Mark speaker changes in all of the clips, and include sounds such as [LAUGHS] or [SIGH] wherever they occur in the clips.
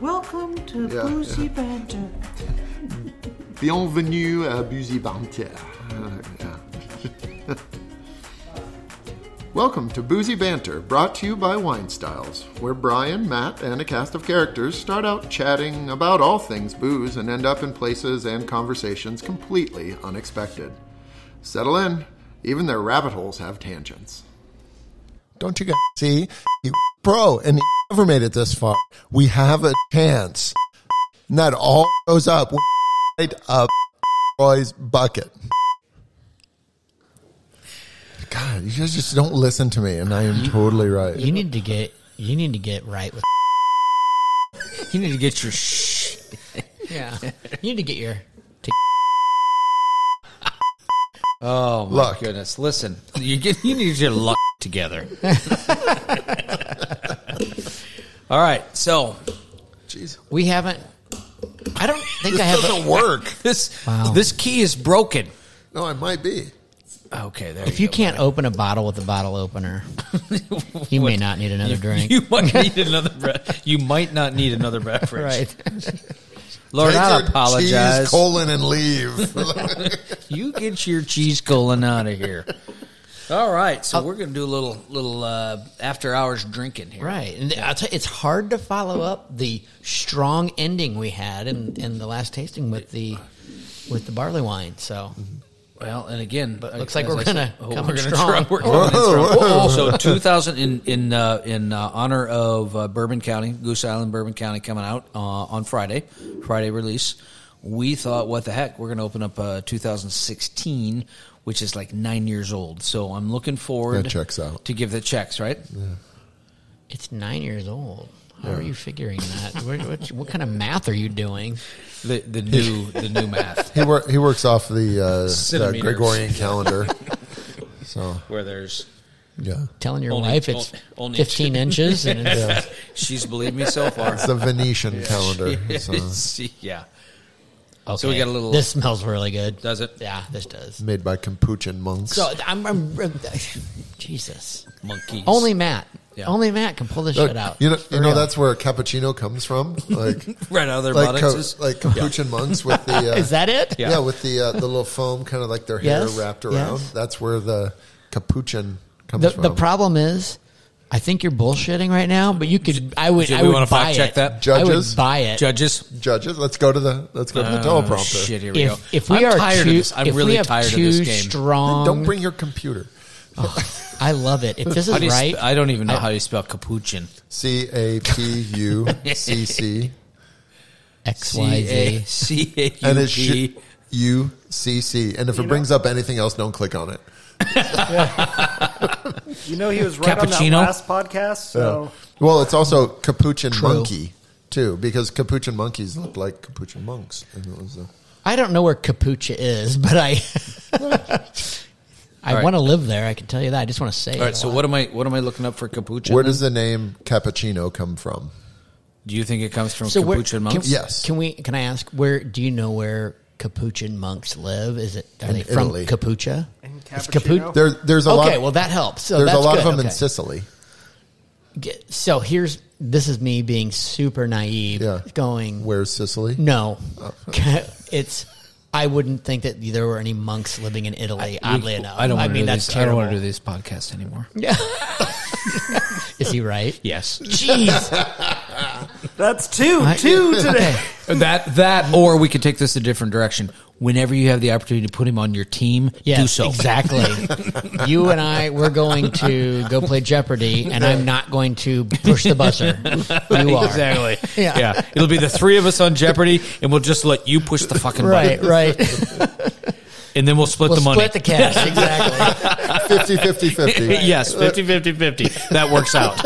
Speaker 1: Welcome to
Speaker 2: Yeah,
Speaker 1: Boozy Banter.
Speaker 2: Bienvenue à Busy Banter. Uh, yeah. [LAUGHS] Welcome to Boozy Banter, brought to you by Wine Styles, where Brian, Matt, and a cast of characters start out chatting about all things booze and end up in places and conversations completely unexpected. Settle in, even their rabbit holes have tangents.
Speaker 3: Don't you guys see? You pro and you never made it this far. We have a chance. And that all goes up right up Roy's bucket. God, you guys just don't listen to me, and I am totally right.
Speaker 4: You need to get you need to get right with
Speaker 5: [LAUGHS] You need to get your shh.
Speaker 4: yeah. You need to get your
Speaker 5: Oh my
Speaker 3: Luck.
Speaker 5: goodness! Listen, you get you need your luck together. All right, so
Speaker 3: Jeez.
Speaker 4: we haven't I don't think I
Speaker 3: This
Speaker 4: have a-
Speaker 3: doesn't work.
Speaker 5: this
Speaker 4: Wow.
Speaker 5: this key is broken.
Speaker 3: No, I might be.
Speaker 5: Okay, there.
Speaker 4: if you can't open a bottle with a bottle
Speaker 5: [LAUGHS]
Speaker 4: opener, you may not need another drink.
Speaker 5: you might need another breath. You might not need another beverage.
Speaker 4: right.
Speaker 5: Lord,
Speaker 3: Take
Speaker 5: I
Speaker 3: your Cheese,
Speaker 5: apologize.
Speaker 3: colon,
Speaker 4: [LAUGHS]
Speaker 3: and leave.
Speaker 5: you get your cheese colon out of here. All right, so we're gonna do a little little uh, after hours drinking here.
Speaker 4: Right. And I'll tell you, it's hard to follow up the strong ending we had in, in the last tasting with the with the barley wine. So
Speaker 5: Mm-hmm. Well, and again, but
Speaker 4: looks like we're gonna come in
Speaker 5: Try,
Speaker 4: strong.
Speaker 5: we're coming in strong. So 2000 in in uh, in uh, honor of uh, Bourbon County, Goose Island, Bourbon County, coming out uh, on Friday, Friday release. We thought, what the heck, we're gonna open up uh, 2016, which is like nine years old. So I'm looking forward
Speaker 3: That checks out.
Speaker 5: to give the checks right.
Speaker 4: it's nine years old. How are you figuring that? what, what, what kind of math are you doing?
Speaker 5: The the new the new math
Speaker 3: he, wor- he works off the, uh, the
Speaker 5: Centimeters.
Speaker 4: [LAUGHS]
Speaker 3: Gregorian calendar. so,
Speaker 5: where there's
Speaker 3: yeah.
Speaker 4: Telling your
Speaker 5: Only-
Speaker 4: wife it's
Speaker 5: only-
Speaker 4: 15 inches and
Speaker 5: [LAUGHS]
Speaker 4: it's
Speaker 5: she's believed me so far.
Speaker 3: It's the Venetian
Speaker 5: [LAUGHS]
Speaker 3: calendar. uh, So.
Speaker 5: yeah,
Speaker 4: Okay.
Speaker 5: So we got a little-
Speaker 4: This smells really good.
Speaker 5: does it?
Speaker 4: Yeah, this does.
Speaker 3: made by Campuchian monks.
Speaker 4: So I'm, I'm, Jesus.
Speaker 5: Monkeys
Speaker 4: Only Matt.
Speaker 5: Yeah.
Speaker 4: Only Matt can pull this
Speaker 3: Look,
Speaker 4: shit out.
Speaker 3: You know, you know
Speaker 4: real.
Speaker 3: that's where cappuccino comes from,
Speaker 4: [LAUGHS]
Speaker 3: like
Speaker 5: right out of their
Speaker 3: like, co-
Speaker 5: buttocks.
Speaker 3: like Campuchian monks with the uh,
Speaker 4: Is that it?
Speaker 3: yeah.
Speaker 5: Yeah.
Speaker 3: with the uh, the little foam kind of like their
Speaker 4: Yes,
Speaker 3: hair wrapped around.
Speaker 4: yes.
Speaker 3: That's where the capuchin comes
Speaker 4: The,
Speaker 3: from.
Speaker 4: the problem is, I think you're bullshitting right now, but you could. I would.
Speaker 5: Do
Speaker 4: I
Speaker 5: we
Speaker 4: would
Speaker 5: wanna
Speaker 4: buy
Speaker 5: fact check
Speaker 4: it.
Speaker 5: that?
Speaker 3: Judges?
Speaker 4: I would buy it.
Speaker 5: Judges,
Speaker 3: Judges, let's go to the let's go to the
Speaker 5: Oh,
Speaker 3: teleprompter.
Speaker 5: shit, here we go.
Speaker 4: If, if we
Speaker 5: I'm
Speaker 4: are
Speaker 5: tired
Speaker 4: too,
Speaker 5: of this. I'm
Speaker 4: if we
Speaker 5: really
Speaker 4: have
Speaker 5: tired of
Speaker 4: too
Speaker 5: this game.
Speaker 4: strong,
Speaker 3: Don't bring your computer.
Speaker 4: I love it. If this
Speaker 3: [LAUGHS]
Speaker 5: How
Speaker 4: is
Speaker 5: do you sp-
Speaker 4: right,
Speaker 5: I don't even know how you spell capuchin.
Speaker 3: C A P U
Speaker 4: [LAUGHS]
Speaker 3: C C,
Speaker 4: X Y
Speaker 5: C A
Speaker 4: Z. [LAUGHS]
Speaker 5: C A U
Speaker 3: and it
Speaker 5: P.
Speaker 3: should U C C. And if it brings up anything else, don't click on it.
Speaker 6: You know, he was right on
Speaker 5: Cappuccino?
Speaker 6: that last podcast. So
Speaker 3: Well, it's also capuchin monkey too, because capuchin monkeys look like capuchin monks. And it was a-
Speaker 4: I don't know where Capucha is, but
Speaker 5: [LAUGHS]
Speaker 4: I. I
Speaker 5: All right.
Speaker 4: want to live there. I can tell you that. I just want to say.
Speaker 5: All
Speaker 4: it
Speaker 5: right,
Speaker 4: a
Speaker 5: so
Speaker 4: lot.
Speaker 5: what am I? What am I looking up for capuchin?
Speaker 3: Where
Speaker 5: then?
Speaker 3: does the name cappuccino come from?
Speaker 5: do you think it comes from?
Speaker 4: So where-
Speaker 5: capuchin monks.
Speaker 4: Can,
Speaker 3: Yes.
Speaker 4: Can we? Can I ask where? Do you know where Capuchin monks live? Is it are
Speaker 3: In
Speaker 4: they from
Speaker 3: Italy.
Speaker 4: Capucha?
Speaker 6: In
Speaker 4: It's
Speaker 6: Cappuccino?
Speaker 3: There, there's a
Speaker 4: okay,
Speaker 3: lot.
Speaker 4: well that helps. So
Speaker 3: there's
Speaker 4: that's
Speaker 3: a lot
Speaker 4: good.
Speaker 3: of them in
Speaker 4: Okay.
Speaker 3: Sicily.
Speaker 4: G- So here's this is me being super naive.
Speaker 3: Yeah. Oh.
Speaker 4: Going
Speaker 3: Where's Sicily?
Speaker 4: [LAUGHS] no, it's. I wouldn't think that there were any monks living in Italy. oddly enough,
Speaker 5: I don't.
Speaker 4: I
Speaker 5: wanna
Speaker 4: mean,
Speaker 5: do
Speaker 4: that's
Speaker 5: this.
Speaker 4: terrible.
Speaker 5: I don't want to do these podcasts anymore.
Speaker 4: [LAUGHS] Is he right?
Speaker 5: Yes,
Speaker 4: Jeez.
Speaker 6: that's two,
Speaker 4: [LAUGHS] I-
Speaker 6: two today.
Speaker 4: [LAUGHS] Okay.
Speaker 5: [LAUGHS] that that or we could take this a different direction. Whenever you have the opportunity to put him on your team,
Speaker 4: Yes,
Speaker 5: do so.
Speaker 4: exactly. you and I, we're going to go play Jeopardy, and I'm not going to push the buzzer. You [LAUGHS] are
Speaker 5: Exactly.
Speaker 4: Yeah.
Speaker 5: yeah. It'll be the three of us on Jeopardy, and we'll just let you push the fucking
Speaker 4: right,
Speaker 5: button,
Speaker 4: right.
Speaker 5: and then we'll split
Speaker 4: We'll
Speaker 5: the money.
Speaker 4: split
Speaker 5: [LAUGHS]
Speaker 4: the cash exactly.
Speaker 3: 50, 50, 50.
Speaker 4: [LAUGHS]
Speaker 5: yes, 50, 50, 50. That works out.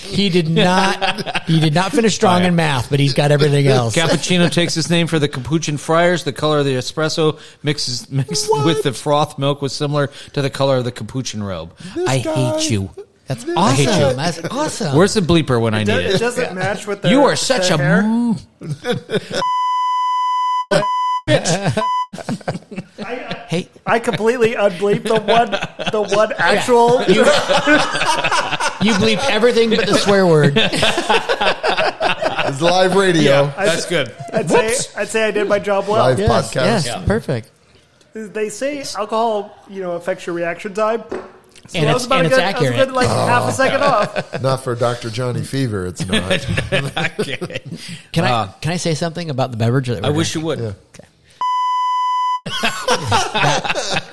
Speaker 4: He did not. He did not finish strong in math, but he's got everything else.
Speaker 5: Cappuccino takes its name for the Capuchin friars. The color of the espresso mixes mixed with the froth milk was similar to the color of the Capuchin robe. I hate you.
Speaker 4: That's
Speaker 5: I hate
Speaker 4: awesome.
Speaker 5: you.
Speaker 4: That's awesome.
Speaker 5: Where's the bleeper
Speaker 6: [LAUGHS]
Speaker 5: when I need
Speaker 6: It
Speaker 5: it?
Speaker 6: doesn't match with the
Speaker 5: You are such a m-
Speaker 4: hey,
Speaker 6: I completely unbleeped the one, the one actual.
Speaker 4: you bleep everything but the swear word.
Speaker 3: It's live radio,
Speaker 5: Yeah, that's good.
Speaker 6: [LAUGHS] I'd say, I'd say I did my job well.
Speaker 3: live
Speaker 4: Yes,
Speaker 3: podcast.
Speaker 4: yes,
Speaker 5: Yeah.
Speaker 4: perfect.
Speaker 6: They say alcohol, you know, affects your reaction time. So
Speaker 4: And it's-
Speaker 6: that was about
Speaker 4: and
Speaker 6: a
Speaker 4: it's
Speaker 6: good, that was a
Speaker 4: accurate.
Speaker 6: good, like
Speaker 5: Oh,
Speaker 6: half a second off.
Speaker 3: Not for Dr. Johnny
Speaker 4: [LAUGHS]
Speaker 3: Fever, it's not.
Speaker 5: okay.
Speaker 4: Can I
Speaker 5: Uh,
Speaker 4: can I say something about the beverage? That we're
Speaker 5: I wish you
Speaker 4: drinking?
Speaker 5: would.
Speaker 4: [LAUGHS]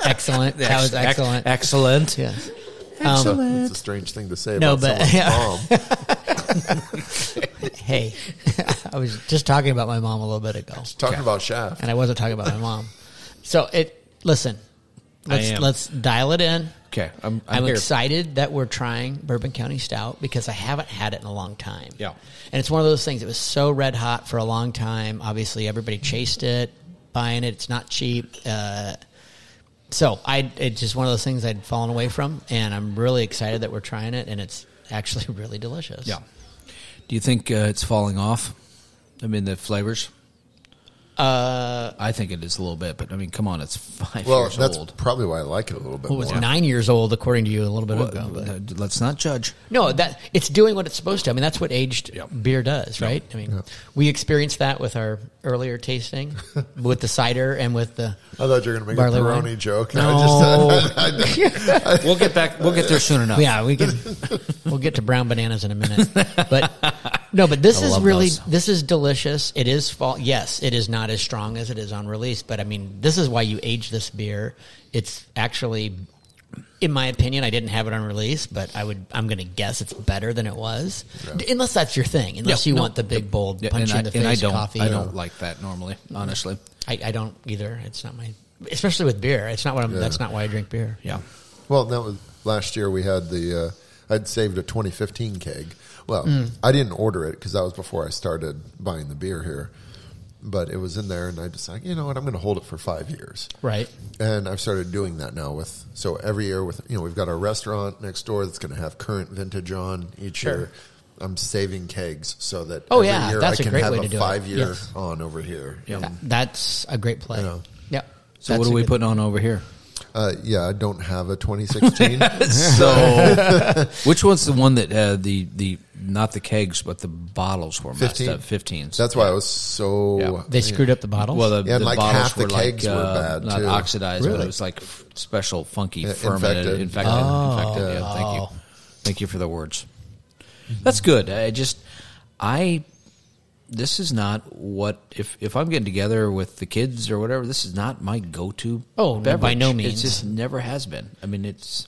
Speaker 4: excellent. That was
Speaker 5: Ex- ex-
Speaker 4: excellent.
Speaker 5: Excellent.
Speaker 4: Yes. Um,
Speaker 3: it's a strange thing to say
Speaker 4: No,
Speaker 3: about
Speaker 4: but-
Speaker 3: someone's
Speaker 4: [LAUGHS] yeah.
Speaker 3: mom.
Speaker 4: Hey, [LAUGHS] I was just talking about my mom a little bit ago,
Speaker 3: Talking about Shaft.
Speaker 4: and I wasn't talking about my mom. So it listen. Let's
Speaker 5: am.
Speaker 4: let's dial it in.
Speaker 5: Okay, I'm, I'm,
Speaker 4: I'm,
Speaker 5: here.
Speaker 4: excited that we're trying Bourbon County Stout because I haven't had it in a long time.
Speaker 5: Yeah.
Speaker 4: And it's one of those things. It was so red hot for a long time. Obviously, everybody chased it, buying it. It's not cheap. Uh, so I, it's just one of those things I'd fallen away from, and I'm really excited that we're trying it, and it's actually [LAUGHS] really delicious.
Speaker 5: Yeah. Do you think uh, it's falling off? I mean, the flavors. Uh, I think it is a little bit, but I mean, come on, it's five
Speaker 3: Well,
Speaker 5: years
Speaker 3: that's
Speaker 5: old.
Speaker 3: probably why I like it a little bit
Speaker 4: Well, it was
Speaker 3: more.
Speaker 4: nine years old according to you a little bit
Speaker 5: Well,
Speaker 4: ago. But.
Speaker 5: uh, let's not judge.
Speaker 4: No, that it's doing what it's supposed to. I mean, that's what aged
Speaker 5: Yeah.
Speaker 4: beer does, right? I mean, we experienced that with our earlier tasting,
Speaker 3: [LAUGHS]
Speaker 4: with the cider and with the.
Speaker 3: I thought you were going to make
Speaker 4: Barley
Speaker 3: a
Speaker 4: wine.
Speaker 3: Peroni joke. uh,
Speaker 4: No.
Speaker 3: I
Speaker 4: [LAUGHS]
Speaker 3: just, [LAUGHS] I- I- I-
Speaker 5: [LAUGHS] We'll get back. We'll get there soon enough.
Speaker 4: Yeah, we
Speaker 5: [LAUGHS]
Speaker 4: can. we'll get to brown bananas in a minute, but no, but this
Speaker 5: I
Speaker 4: is
Speaker 5: love
Speaker 4: really
Speaker 5: those.
Speaker 4: this is delicious. It is fall. Yes, it is not as strong as it is on release, but I mean, this is why you age this beer. It's actually, in my opinion, I didn't have it on release, but I would. I'm going to guess it's better than it was, D- unless that's your thing. Unless
Speaker 5: Yeah,
Speaker 4: you
Speaker 5: no,
Speaker 4: want the big bold
Speaker 5: Yeah,
Speaker 4: punch
Speaker 5: and
Speaker 4: in
Speaker 5: I,
Speaker 4: the
Speaker 5: and I
Speaker 4: face
Speaker 5: don't.
Speaker 4: coffee.
Speaker 5: I don't like that normally. Honestly.
Speaker 4: I, I don't either. It's not my, especially with beer. It's not what I'm. That's not why I drink beer.
Speaker 5: Yeah.
Speaker 3: well, that was last year. We had the uh, I'd saved a 2015 keg. Well,
Speaker 4: Hmm.
Speaker 3: I didn't order it because that was before I started buying the beer here. But it was in there, and I decided, you know what, I'm going to hold it for five years.
Speaker 4: Right.
Speaker 3: And I've started doing that now with so every year with you know we've got our restaurant next door that's going to have current vintage on each year. I'm saving kegs so that
Speaker 4: Oh,
Speaker 3: every
Speaker 4: yeah,
Speaker 3: year
Speaker 4: that's
Speaker 3: I
Speaker 4: a
Speaker 3: can
Speaker 4: great
Speaker 3: have
Speaker 4: way
Speaker 3: a
Speaker 4: to do it.
Speaker 3: five year
Speaker 4: Yes.
Speaker 3: on over here.
Speaker 4: Th-
Speaker 3: And,
Speaker 4: That's a great play.
Speaker 3: Yeah.
Speaker 4: Yep.
Speaker 5: Um, So
Speaker 4: That's
Speaker 5: what
Speaker 4: a
Speaker 5: are we
Speaker 4: good-
Speaker 5: putting on
Speaker 4: [LAUGHS]
Speaker 5: over here?
Speaker 3: uh, yeah, I don't have a 2016.
Speaker 4: [LAUGHS]
Speaker 5: So, which one's the one that uh, the the not the kegs but the bottles were messed
Speaker 3: 15.
Speaker 5: up? Fifteens.
Speaker 3: That's why I was so.
Speaker 5: Yeah.
Speaker 4: They screwed up the bottles.
Speaker 5: well, the,
Speaker 3: Yeah,
Speaker 5: the
Speaker 3: like
Speaker 5: bottles
Speaker 3: half the
Speaker 5: were
Speaker 3: kegs were
Speaker 5: like uh,
Speaker 3: bad,
Speaker 5: not
Speaker 3: too.
Speaker 5: oxidized, but
Speaker 3: Really?
Speaker 5: it was like f- special funky
Speaker 3: Yeah,
Speaker 5: fermented,
Speaker 3: infected.
Speaker 5: infected. infected,
Speaker 4: Oh.
Speaker 5: yeah, thank you, thank you for the words. That's good. I just I this is not what if if I'm getting together with the kids or whatever. This is not my go to.
Speaker 4: Oh, no, by no means.
Speaker 5: It just never has been. I mean, it's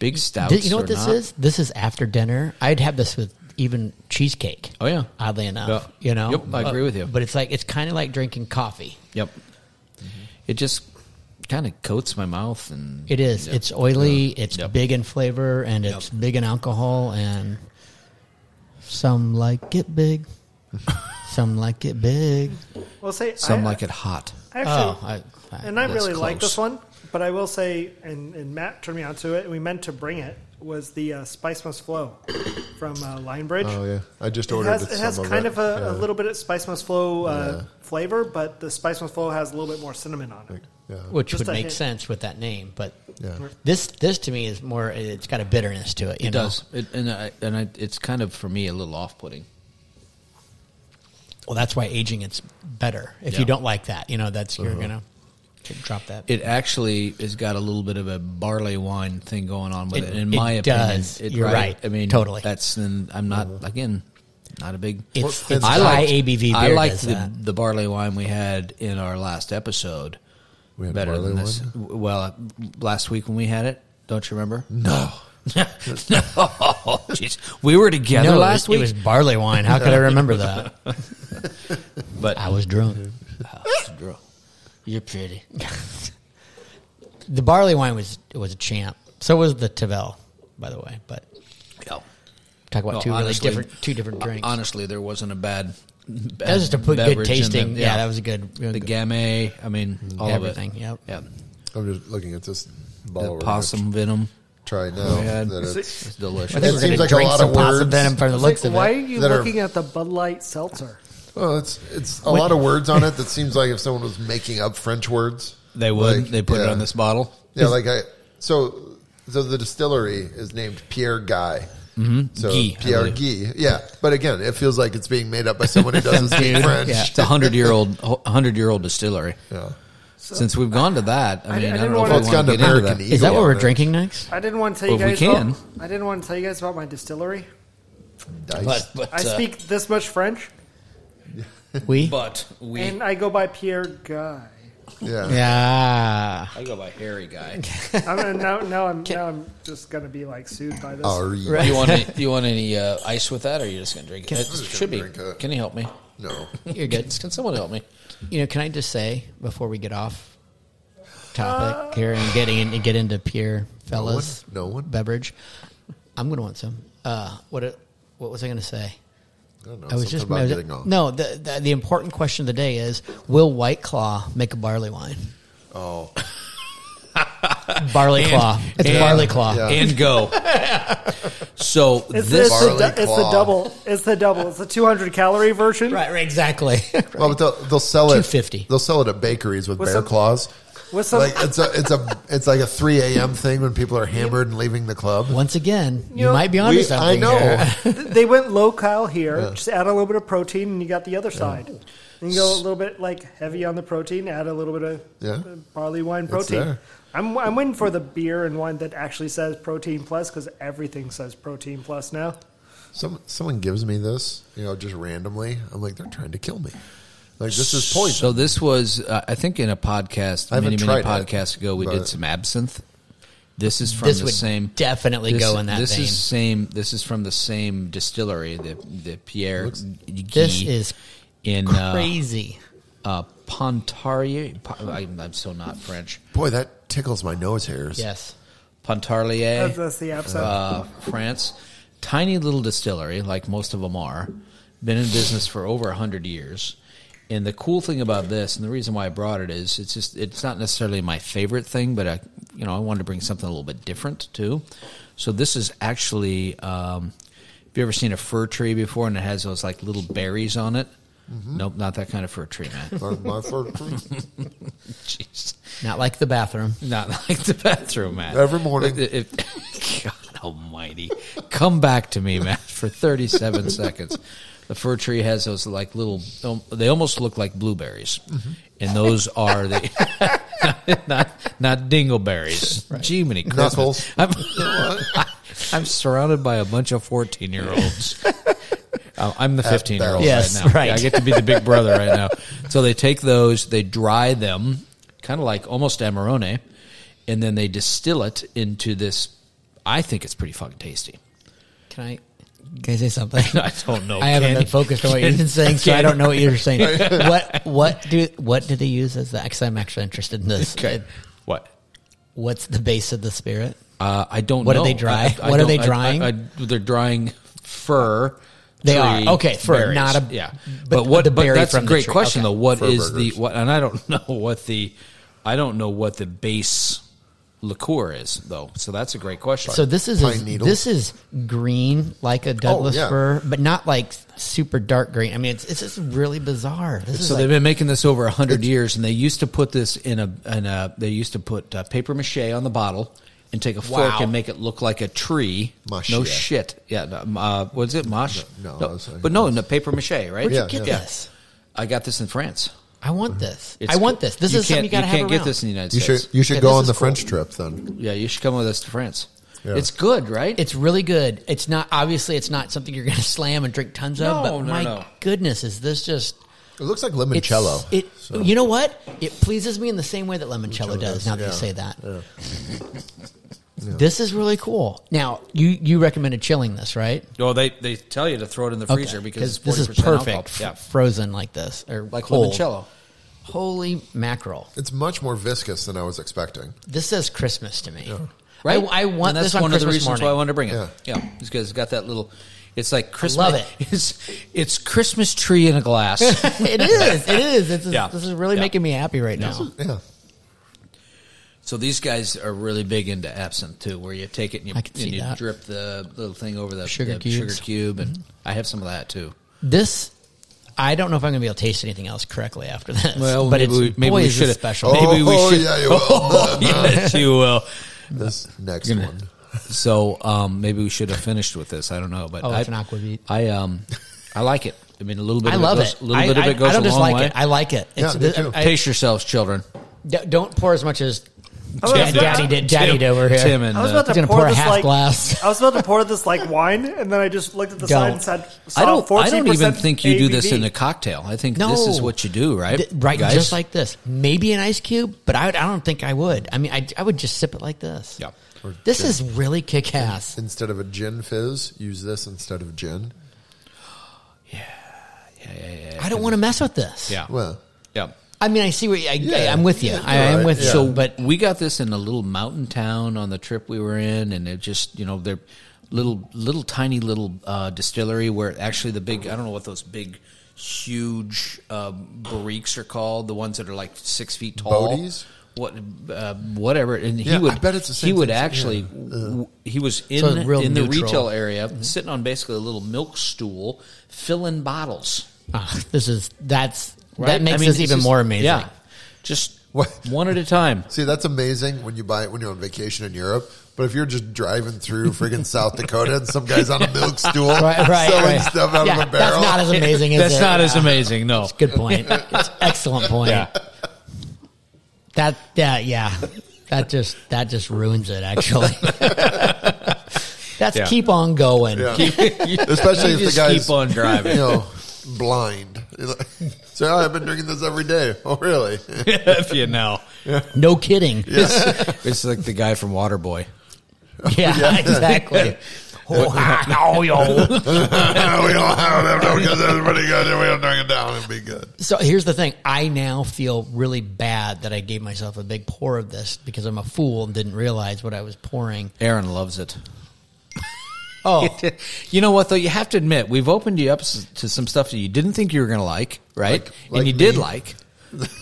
Speaker 5: big stouts.
Speaker 4: Did, you know
Speaker 5: are
Speaker 4: what this
Speaker 5: not-
Speaker 4: is? This is after dinner. I'd have this with even cheesecake.
Speaker 5: Oh, yeah.
Speaker 4: Oddly enough,
Speaker 5: Yeah.
Speaker 4: you know.
Speaker 5: Yep, I agree with you.
Speaker 4: But it's like it's kind of like drinking coffee.
Speaker 5: Yep. It just kind of coats my mouth and
Speaker 4: It is. It's oily. It's
Speaker 5: Yep.
Speaker 4: big in flavor, and it's big in alcohol, and some like it
Speaker 5: [LAUGHS]
Speaker 4: big, some like it big.
Speaker 6: Well, say
Speaker 5: some
Speaker 6: I,
Speaker 5: like it hot.
Speaker 6: I Actually,
Speaker 4: Oh, I, I,
Speaker 6: and I
Speaker 5: That's
Speaker 6: really like
Speaker 5: close.
Speaker 6: this one, but I will say, and, and Matt turned me on to it. and We meant to bring it was the uh, Spice Must Flow from uh, Linebridge.
Speaker 3: oh yeah, I just
Speaker 6: It
Speaker 3: ordered.
Speaker 6: has, it
Speaker 3: some
Speaker 6: has kind of, a,
Speaker 3: yeah.
Speaker 6: a little bit of Spice Must Flow uh, flavor, but the Spice Must Flow has a little bit more cinnamon on it.
Speaker 3: Yeah.
Speaker 4: which
Speaker 6: Just
Speaker 4: would
Speaker 6: a
Speaker 4: make
Speaker 6: hint.
Speaker 4: sense with that name, but
Speaker 3: Yeah.
Speaker 4: this this to me is more. It's got a bitterness to it. You
Speaker 5: It
Speaker 4: know?
Speaker 5: does, it, and I, and I, it's kind of for me a little off-putting.
Speaker 4: Well, that's why aging it's better. If
Speaker 5: Yeah.
Speaker 4: you don't like that, you know that's you're gonna drop that.
Speaker 5: It actually has got a little bit of a barley wine thing going on with
Speaker 4: It-
Speaker 5: it. in
Speaker 4: it
Speaker 5: my opinion,
Speaker 4: does. You're right.
Speaker 5: I mean,
Speaker 4: Totally.
Speaker 5: That's and I'm not again not a big.
Speaker 4: it's
Speaker 3: Well,
Speaker 4: it's
Speaker 3: I
Speaker 4: high
Speaker 5: liked-
Speaker 4: ABV beer.
Speaker 5: I liked
Speaker 4: does
Speaker 5: the,
Speaker 4: that.
Speaker 5: the barley wine we had in our last episode.
Speaker 3: We had
Speaker 5: better
Speaker 3: barley
Speaker 5: than this.
Speaker 3: wine?
Speaker 5: W- Well, uh, last week when we had it, don't you remember?
Speaker 3: no.
Speaker 5: [LAUGHS] no, jeez, we were together
Speaker 4: no, it was,
Speaker 5: last week.
Speaker 4: it was barley wine. How could I remember that?
Speaker 5: but
Speaker 4: [LAUGHS]
Speaker 5: [LAUGHS]
Speaker 4: I was drunk.
Speaker 5: you're pretty.
Speaker 4: [LAUGHS] The barley wine was was a champ. So was the Tavel, by the way. But talk about
Speaker 5: No,
Speaker 4: two
Speaker 5: honestly, uh,
Speaker 4: really different two different drinks.
Speaker 5: Honestly, there wasn't a bad. bad
Speaker 4: that was just a good- good
Speaker 5: beverage in
Speaker 4: tasting.
Speaker 5: the-
Speaker 4: yeah. that was a good.
Speaker 5: the gamay. I mean, all
Speaker 4: everything.
Speaker 5: of it.
Speaker 4: Yep.
Speaker 5: Yeah,
Speaker 3: I'm just looking at this ball.
Speaker 5: the
Speaker 3: we're gonna
Speaker 5: possum Oh, venom.
Speaker 3: Try now.
Speaker 5: we had.
Speaker 3: Oh, that it's-
Speaker 5: It's delicious.
Speaker 4: I think
Speaker 3: It
Speaker 4: we're
Speaker 3: seems
Speaker 4: gonna
Speaker 3: like a
Speaker 4: drink
Speaker 3: lot of
Speaker 4: some possum
Speaker 3: words.
Speaker 4: venom from the looks of
Speaker 6: why
Speaker 4: it.
Speaker 6: are you
Speaker 3: that are-
Speaker 6: looking at the Bud Light Seltzer?
Speaker 3: well, it's it's a lot of words on it that seems like if someone was making up French words,
Speaker 5: they would.
Speaker 3: Like,
Speaker 5: they put it
Speaker 3: yeah.
Speaker 5: on this bottle.
Speaker 3: Yeah, like I. So, so the distillery is named Pierre Guy. So
Speaker 5: Mm-hmm. Guy, I
Speaker 3: Pierre
Speaker 5: believe.
Speaker 3: Guy. Yeah. But again, it feels like it's being made up by
Speaker 5: [LAUGHS]
Speaker 3: someone who doesn't speak
Speaker 4: Dude,
Speaker 3: French.
Speaker 4: yeah.
Speaker 5: It's a hundred year old, hundred year old distillery.
Speaker 3: Yeah.
Speaker 5: Since we've gone to that, I mean,
Speaker 6: I
Speaker 5: I, don't
Speaker 6: didn't
Speaker 5: know if
Speaker 6: want
Speaker 5: I
Speaker 6: to-
Speaker 5: want
Speaker 6: It's
Speaker 5: to
Speaker 3: gone to
Speaker 5: get into
Speaker 3: American
Speaker 5: that.
Speaker 3: Eagle.
Speaker 4: Is that what
Speaker 3: on
Speaker 4: we're
Speaker 3: it.
Speaker 4: drinking next?
Speaker 6: I didn't want to tell you
Speaker 5: Well, if
Speaker 6: guys.
Speaker 5: we
Speaker 6: about-
Speaker 5: can.
Speaker 6: I didn't want to tell you guys about my distillery.
Speaker 3: Dice.
Speaker 6: I
Speaker 5: uh,
Speaker 6: speak this much French,
Speaker 4: We?
Speaker 5: but we.
Speaker 6: and I go by Pierre Guy.
Speaker 3: yeah.
Speaker 4: Yeah.
Speaker 5: I go by
Speaker 4: [LAUGHS]
Speaker 5: Harry guy.
Speaker 6: I'm, and now, now I'm now I'm just gonna be like sued by this.
Speaker 3: Are you-
Speaker 5: you want any, you want any uh, ice with that, or are you just gonna drink it? It should be.
Speaker 3: drink it.
Speaker 5: Can you help me?
Speaker 3: No.
Speaker 4: You're good.
Speaker 5: Can someone help me?
Speaker 4: You know, can I just say before we get off topic here and getting in, and get into pure fellas
Speaker 3: No one- no one?
Speaker 4: beverage, I'm gonna want some. Uh, what it- what was I gonna say?
Speaker 3: I don't know.
Speaker 4: I was
Speaker 3: Something
Speaker 4: just
Speaker 3: about
Speaker 4: I was-
Speaker 3: getting off.
Speaker 4: no. The, the the important question of the day is: Will White Claw make a barley wine?
Speaker 3: Oh.
Speaker 4: [LAUGHS] Barley Claw. It's
Speaker 5: and-
Speaker 4: barley claw.
Speaker 3: yeah.
Speaker 5: And
Speaker 3: [LAUGHS]
Speaker 5: go. so
Speaker 6: It's,
Speaker 5: this
Speaker 6: it's, the,
Speaker 3: Barley
Speaker 6: du- it's the
Speaker 3: claw.
Speaker 6: double. It's the double. It's the 200 calorie version
Speaker 4: Right. Right.
Speaker 3: [LAUGHS]
Speaker 4: Exactly.
Speaker 3: Well, but they'll, they'll sell it.
Speaker 4: 250.
Speaker 3: They'll sell it at bakeries with
Speaker 6: With
Speaker 3: bear
Speaker 6: some-
Speaker 3: claws.
Speaker 6: with some.
Speaker 3: Like it's a, it's a, it's like a three a.m. thing when people are hammered and leaving the club.
Speaker 4: Once again, you,
Speaker 6: know,
Speaker 4: might be onto
Speaker 3: We-
Speaker 4: something.
Speaker 3: I know. [LAUGHS]
Speaker 4: here.
Speaker 6: they went low cal here. Just add a little bit of protein, and you got the other side. You can go a little bit like heavy on the protein. Add a little bit of
Speaker 3: Yeah.
Speaker 6: uh, barley wine protein.
Speaker 3: there.
Speaker 6: I'm I'm waiting for the beer and wine that actually says protein plus because everything says protein plus now.
Speaker 3: Some someone gives me this, you know, just randomly. I'm like, they're trying to kill me. Like this is poison.
Speaker 5: So this was, uh, I think, in a podcast
Speaker 3: I haven't
Speaker 5: many many
Speaker 3: tried it,
Speaker 5: podcasts ago. We did
Speaker 3: but-
Speaker 5: some absinthe. This is from
Speaker 4: This
Speaker 5: the
Speaker 4: would
Speaker 5: same.
Speaker 4: definitely
Speaker 5: this-
Speaker 4: go in that
Speaker 5: This
Speaker 4: vein.
Speaker 5: is same. This is from the same distillery. The the Pierre.
Speaker 4: This is
Speaker 5: in uh,
Speaker 4: crazy.
Speaker 5: uh, Pontarlier. Pa- I'm, I'm so not French.
Speaker 3: Boy, that tickles my nose hairs.
Speaker 4: yes.
Speaker 5: Pontarlier.
Speaker 6: That's, that's the absinthe.
Speaker 5: uh, France. Tiny little distillery, like most of them are. Been in business for over 100 years. And the cool thing about this, and the reason why I brought it is, it's just, it's not necessarily my favorite thing, but I, you know, I wanted to bring something a little bit different too. So this is actually, um, have you ever seen a fir tree before and it has those like little berries on it? Nope, not that kind of fir tree, man. [LAUGHS]
Speaker 3: My- [LAUGHS] my first-
Speaker 5: Jeez.
Speaker 4: Not like the bathroom.
Speaker 5: Not like the bathroom, Matt.
Speaker 3: Every morning.
Speaker 5: If- if- God Almighty, come back to me, Matt, for thirty-seven [LAUGHS] seconds. The fir tree has those like little. um, They almost look like blueberries,
Speaker 3: Mm-hmm.
Speaker 5: and those are the [LAUGHS] not not
Speaker 3: [LAUGHS]
Speaker 5: dingleberries. Gee, many
Speaker 3: Knuckles.
Speaker 5: I'm, I'm [LAUGHS] surrounded by a bunch of fourteen-year-olds. Uh, I'm the 15 year old
Speaker 4: Yes,
Speaker 5: right now.
Speaker 4: right.
Speaker 5: I get to be the big brother right now. So they take those, they dry them, kind of like almost Amarone, and then they distill it into this. I think it's pretty fucking tasty.
Speaker 4: Can I? Can I say something?
Speaker 5: [LAUGHS] I don't know.
Speaker 4: I haven't
Speaker 5: Can
Speaker 4: been
Speaker 5: you-
Speaker 4: focused on what you've
Speaker 5: can-
Speaker 4: been saying, so I
Speaker 5: can-
Speaker 4: don't know what you're saying.
Speaker 5: [LAUGHS]
Speaker 4: what what do what do they use as that? Because I'm actually interested in this.
Speaker 5: What?
Speaker 4: What's the base of the spirit?
Speaker 5: Uh, I don't
Speaker 4: What
Speaker 5: know.
Speaker 4: do they dry?
Speaker 5: I- I
Speaker 4: What are
Speaker 5: don't-
Speaker 4: they
Speaker 5: I- I-
Speaker 4: drying?
Speaker 5: I- they're drying fur.
Speaker 4: They are.
Speaker 5: tree,
Speaker 4: Okay, fur,
Speaker 5: berries.
Speaker 4: not a-
Speaker 5: yeah.
Speaker 4: but
Speaker 5: But, what?
Speaker 4: the
Speaker 5: but
Speaker 4: berry
Speaker 5: that's
Speaker 4: from
Speaker 5: a
Speaker 4: the
Speaker 5: great
Speaker 4: tree.
Speaker 5: question
Speaker 4: Okay.
Speaker 5: though. What
Speaker 3: Fur
Speaker 5: is
Speaker 3: burgers.
Speaker 5: the what? And I don't [LAUGHS] know what the I don't know what the base liqueur is though. So that's a great question.
Speaker 4: So this is
Speaker 3: Pine needles.
Speaker 4: this is green like
Speaker 5: Oh,
Speaker 4: a Douglas
Speaker 3: yeah.
Speaker 4: fir, but not like super dark green. I mean, it's it's just really bizarre. This is
Speaker 5: So
Speaker 4: like-
Speaker 5: they've been making this over a hundred years, and they used to put this in a in a they used to put uh, paper mache on the bottle and take a fork
Speaker 4: Wow.
Speaker 5: and make it look like a tree.
Speaker 3: Mache.
Speaker 5: No shit. Yeah. no, Uh, was it mash?
Speaker 3: No, I was-
Speaker 5: but no, no paper mache, right?
Speaker 3: Where'd you
Speaker 4: Look at
Speaker 3: yeah.
Speaker 4: this.
Speaker 5: I got this in France.
Speaker 4: I want this.
Speaker 5: It's
Speaker 4: I want
Speaker 5: cool.
Speaker 4: this. This is
Speaker 5: can't-
Speaker 4: something you got to have
Speaker 5: You can't
Speaker 4: around.
Speaker 5: get this in the United
Speaker 3: You
Speaker 5: States.
Speaker 3: should you should
Speaker 4: Okay,
Speaker 3: go
Speaker 4: this
Speaker 3: on
Speaker 4: is
Speaker 3: the
Speaker 4: cool.
Speaker 3: French trip then.
Speaker 5: Yeah, you should come with us to France.
Speaker 3: Yeah.
Speaker 5: It's good, right?
Speaker 4: It's really good. It's not obviously it's not something you're going to [LAUGHS] slam and drink tons
Speaker 5: No,
Speaker 4: of. But
Speaker 5: no,
Speaker 4: my
Speaker 5: no.
Speaker 4: goodness, is this just
Speaker 3: It looks like
Speaker 4: it's-
Speaker 3: limoncello.
Speaker 4: It you know what? It pleases me in the same way that limoncello does, Now that
Speaker 3: yeah.
Speaker 4: you say that, [LAUGHS] this is really cool. Now you you recommended chilling this, right?
Speaker 5: oh, they they tell you to throw it in the freezer
Speaker 4: Okay,
Speaker 5: because it's 40%
Speaker 4: this is perfect
Speaker 5: alcohol.
Speaker 4: f-
Speaker 5: Yeah.
Speaker 4: frozen like this or
Speaker 5: Like
Speaker 4: cold.
Speaker 5: limoncello.
Speaker 4: Holy mackerel!
Speaker 3: It's much more viscous than I was expecting.
Speaker 4: This says Christmas to me.
Speaker 5: right?
Speaker 4: I, I want
Speaker 5: And that's
Speaker 4: this on
Speaker 5: one of the
Speaker 4: Christmas
Speaker 5: reasons
Speaker 4: morning.
Speaker 5: why I wanted to bring it.
Speaker 3: Yeah.
Speaker 5: Yeah, because it's got that little. It's like Christmas.
Speaker 4: love it.
Speaker 5: [LAUGHS] It's it's Christmas tree in a
Speaker 4: [LAUGHS]
Speaker 5: glass. [LAUGHS]
Speaker 4: it is. It is. This is,
Speaker 5: Yeah.
Speaker 4: this is really
Speaker 5: Yeah.
Speaker 4: making me happy right now.
Speaker 3: Yeah.
Speaker 5: so these guys are really big into absinthe too, where you take it and you,
Speaker 4: I can see
Speaker 5: and you
Speaker 4: that.
Speaker 5: drip the little thing over the
Speaker 4: Sugar
Speaker 5: the
Speaker 4: cubes. Mm-hmm.
Speaker 5: sugar cube, and I have some of that too.
Speaker 4: This. I don't know if I'm going to be able to taste anything else correctly after this.
Speaker 5: Well,
Speaker 4: but
Speaker 5: maybe
Speaker 4: it's,
Speaker 5: we- maybe
Speaker 4: boy,
Speaker 5: we
Speaker 4: is this
Speaker 5: should've-
Speaker 4: special.
Speaker 5: [LAUGHS] Maybe we
Speaker 3: oh,
Speaker 5: should-
Speaker 3: yeah, you will.
Speaker 5: yes, you will.
Speaker 3: This next one.
Speaker 5: So um, maybe we should have finished with this. I don't know, but
Speaker 4: Oh,
Speaker 5: I,
Speaker 4: it's an aqua beat.
Speaker 5: I um, I like it. I mean, a little bit.
Speaker 4: Oh, I
Speaker 5: of
Speaker 4: love
Speaker 5: it. Goes,
Speaker 4: it.
Speaker 5: A little bit
Speaker 4: I,
Speaker 5: of it goes
Speaker 4: I, I don't
Speaker 5: a long
Speaker 4: dislike
Speaker 5: way.
Speaker 4: it. I like it. It's,
Speaker 3: Yeah, me too.
Speaker 4: I-
Speaker 5: Pace yourselves, children.
Speaker 4: d- don't pour as much as
Speaker 6: I was
Speaker 4: Dad-
Speaker 6: about-
Speaker 4: Daddy did. Daddy
Speaker 5: Tim-
Speaker 4: did over here.
Speaker 5: Tim and
Speaker 6: I was
Speaker 5: uh,
Speaker 6: about to
Speaker 4: gonna
Speaker 6: pour,
Speaker 4: pour a
Speaker 6: this
Speaker 4: half
Speaker 6: like
Speaker 4: glass.
Speaker 6: [LAUGHS] I was about to pour this like wine, and then I just looked at the
Speaker 4: Don't.
Speaker 6: side and said,
Speaker 5: I don't. I don't even
Speaker 6: 14%
Speaker 5: think you do this
Speaker 6: ABV.
Speaker 5: in a cocktail. I think
Speaker 4: No,
Speaker 5: this is what you do, right?
Speaker 4: Th- right,
Speaker 5: guys?
Speaker 4: just like this. Maybe an ice cube, but I, would, I don't think I would. I mean, I, I would just sip it like this.
Speaker 5: Yeah.
Speaker 4: This is really kick ass.
Speaker 2: Instead of a gin fizz, use this instead of gin.
Speaker 4: I don't want to mess with this.
Speaker 5: yeah,
Speaker 2: Well,
Speaker 5: yeah.
Speaker 4: I mean, I see where you, I,
Speaker 2: Yeah.
Speaker 4: I, am with you. I, I am
Speaker 2: right,
Speaker 4: with you.
Speaker 2: yeah.
Speaker 4: So,
Speaker 2: So
Speaker 4: but
Speaker 5: we got this in a little mountain town on the trip we were in, and it just you know they're little little tiny little uh, distillery where actually the big I don't know what those big huge uh, barriques are called the ones that are like six feet tall.
Speaker 2: Boaties?
Speaker 5: What, uh, whatever, and he
Speaker 2: Yeah, I
Speaker 5: would.
Speaker 2: bet it's the
Speaker 5: He
Speaker 2: same
Speaker 5: would
Speaker 2: thing,
Speaker 5: actually.
Speaker 2: yeah. Uh,
Speaker 5: w- He was in
Speaker 4: So real
Speaker 5: in the
Speaker 4: neutral. Mm-hmm.
Speaker 5: retail area, sitting on basically a little milk stool, filling bottles.
Speaker 4: ah, this is that's
Speaker 5: Right?
Speaker 4: that makes
Speaker 5: I mean,
Speaker 4: this
Speaker 5: it's
Speaker 4: even
Speaker 5: just-
Speaker 4: more amazing.
Speaker 5: Yeah, just
Speaker 2: What?
Speaker 5: one at
Speaker 2: [LAUGHS]
Speaker 5: a time.
Speaker 2: see, that's amazing when you buy it when you're on vacation in Europe. But if you're just driving through friggin' South Dakota and some guy's on a milk stool [LAUGHS]
Speaker 4: Right, right,
Speaker 2: selling
Speaker 4: right.
Speaker 2: stuff out
Speaker 4: Yeah,
Speaker 2: of a barrel,
Speaker 4: That's not as
Speaker 5: [LAUGHS]
Speaker 4: amazing as
Speaker 5: That's
Speaker 4: it?
Speaker 5: not
Speaker 4: Yeah.
Speaker 5: as amazing. No,
Speaker 4: Good point. It's excellent point.
Speaker 5: Yeah.
Speaker 4: That that yeah. That just that just ruins it actually.
Speaker 5: [LAUGHS]
Speaker 4: That's
Speaker 5: Yeah.
Speaker 4: keep on
Speaker 2: [LAUGHS]
Speaker 4: going.
Speaker 2: Yeah.
Speaker 5: [LAUGHS]
Speaker 2: especially if the
Speaker 5: just
Speaker 2: guy's
Speaker 5: keep on driving.
Speaker 2: you
Speaker 3: [LAUGHS]
Speaker 2: know, blind. [LAUGHS] so "Oh, I've been drinking this every day. [LAUGHS] Oh, really?
Speaker 5: if you know.
Speaker 4: No
Speaker 2: [LAUGHS]
Speaker 4: kidding. Yeah, [LAUGHS]
Speaker 5: It's, it's like the guy from Waterboy.
Speaker 2: [LAUGHS]
Speaker 4: exactly. Oh, [LAUGHS] I know, yo.
Speaker 3: [LAUGHS]
Speaker 2: we don't have them because that's pretty good. and We don't drink it down. It'd be good. [LAUGHS]
Speaker 4: So here's the thing. I now feel really bad that I gave myself a big pour of this because I'm a fool and didn't realize what I was pouring.
Speaker 5: Aaron loves it.
Speaker 4: Oh,
Speaker 5: [LAUGHS] You know what though? You have to admit we've opened you up s- to some stuff that you didn't think you were going to like, right?
Speaker 2: Like-
Speaker 5: and
Speaker 2: like
Speaker 5: you did
Speaker 2: me.
Speaker 5: like.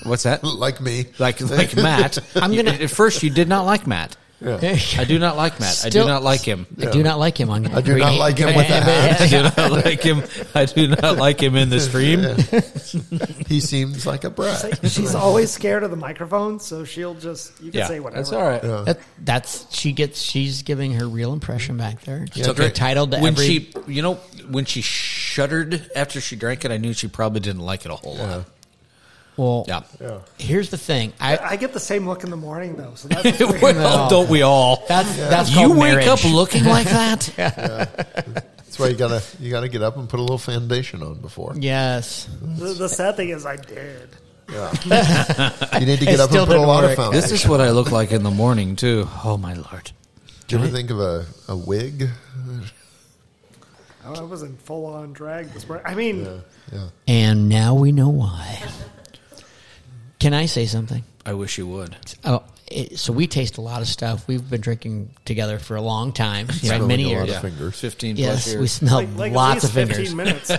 Speaker 5: What's
Speaker 3: [LAUGHS]
Speaker 5: that?
Speaker 2: Like me.
Speaker 5: Like like Matt.
Speaker 4: I'm gonna-
Speaker 5: You- at first you did not like Matt.
Speaker 2: [LAUGHS] Yeah.
Speaker 5: I do not like Matt. I
Speaker 4: Still-
Speaker 5: do not
Speaker 4: [LAUGHS]
Speaker 5: like him.
Speaker 4: I do not like him on I
Speaker 2: do not like him with a hat.
Speaker 5: I do not like him. I do not like him in the stream.
Speaker 2: He seems like a brat.
Speaker 6: [LAUGHS] She's always scared of the microphone, so she'll just you can
Speaker 5: Yeah,
Speaker 6: say whatever.
Speaker 5: that's all right.
Speaker 4: That, that's she gets. She's giving her real impression back there. She's
Speaker 5: Okay.
Speaker 4: entitled to
Speaker 5: when
Speaker 4: every.
Speaker 5: she, you know, when she shuddered after she drank it, I knew she probably didn't like it a whole lot.
Speaker 4: well,
Speaker 5: Yeah.
Speaker 4: here's the thing. I
Speaker 6: I get the same look in the morning
Speaker 5: [LAUGHS]
Speaker 6: though, so that's weird.
Speaker 5: well, don't we all?
Speaker 4: that's that's
Speaker 5: you
Speaker 4: called
Speaker 5: wake
Speaker 4: marriage.
Speaker 5: up
Speaker 4: [LAUGHS]
Speaker 5: looking like that.
Speaker 2: That's why you gotta you gotta get up and put a little foundation on before.
Speaker 4: Yes,
Speaker 6: the, the sad thing is I did.
Speaker 2: You need to
Speaker 4: [LAUGHS] It
Speaker 2: get up
Speaker 4: still
Speaker 2: and put a
Speaker 4: didn't
Speaker 2: lot
Speaker 4: work.
Speaker 2: of foundation.
Speaker 5: This is what I look like in the morning too. Oh my lord!
Speaker 2: Do you ever think of a, a wig?
Speaker 6: Oh, I was in full on drag this morning. I mean,
Speaker 2: Yeah.
Speaker 4: and now we know why. Can I say something?
Speaker 5: I wish you would.
Speaker 4: Oh, it, so we taste a lot of stuff. We've been drinking together for a long time, right?
Speaker 2: Smelling
Speaker 4: Many
Speaker 2: a lot
Speaker 4: years.
Speaker 2: of Fingers.
Speaker 5: fifteen
Speaker 4: Yes,
Speaker 5: plus
Speaker 4: we
Speaker 5: years.
Speaker 4: smelled
Speaker 6: like, like
Speaker 4: lots
Speaker 6: at least
Speaker 4: of fingers. [LAUGHS]
Speaker 6: 15 minutes.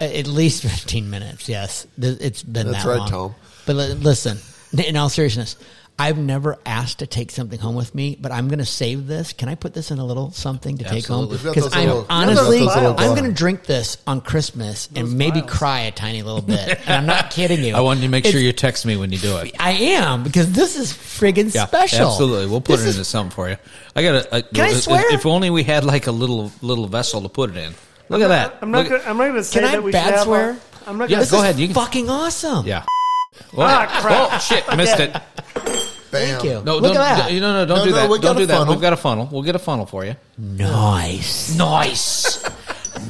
Speaker 4: At least 15 minutes, yes. Th- It's been
Speaker 2: That's
Speaker 4: that
Speaker 2: right,
Speaker 4: long.
Speaker 2: Tom.
Speaker 4: But li- listen, in all seriousness, I've never asked to take something home with me, but I'm going to save this. Can I put this in a little something to
Speaker 5: Absolutely.
Speaker 4: take
Speaker 2: We've got
Speaker 4: home? Because
Speaker 2: those
Speaker 4: I'm
Speaker 2: little-
Speaker 4: honestly,
Speaker 6: we've got those little
Speaker 4: I'm going to
Speaker 2: vials.
Speaker 4: drink this on Christmas and maybe
Speaker 6: vials.
Speaker 4: cry a tiny little bit. And I'm not kidding you.
Speaker 5: [LAUGHS] I wanted to make sure
Speaker 4: It's-
Speaker 5: you text me when you do it.
Speaker 4: I am because this is friggin' special.
Speaker 5: absolutely. We'll put
Speaker 4: This
Speaker 5: it
Speaker 4: is-
Speaker 5: into something for you. I got to
Speaker 4: Can I swear?
Speaker 5: If only we had like a little little vessel to put it in. Look at that.
Speaker 6: I'm not.
Speaker 5: Look at-
Speaker 6: Gonna, I'm not going to say
Speaker 4: Can I
Speaker 6: that we
Speaker 4: bad
Speaker 6: should have.
Speaker 4: swear?
Speaker 6: A, I'm not.
Speaker 5: Yeah,
Speaker 6: Gonna,
Speaker 4: This
Speaker 5: go
Speaker 4: is
Speaker 5: ahead, you can-
Speaker 4: fucking awesome.
Speaker 5: Yeah.
Speaker 6: Ah, crap.
Speaker 5: Oh shit! Missed it.
Speaker 2: Bam.
Speaker 4: Thank you.
Speaker 5: No,
Speaker 4: Look
Speaker 5: don't,
Speaker 4: at that.
Speaker 5: No, no, don't
Speaker 2: No,
Speaker 5: do
Speaker 2: no,
Speaker 5: that.
Speaker 2: we
Speaker 5: don't
Speaker 2: got
Speaker 5: do
Speaker 2: a
Speaker 5: that.
Speaker 2: funnel.
Speaker 5: We've got a funnel. We'll get a funnel for you.
Speaker 4: Nice.
Speaker 5: Nice.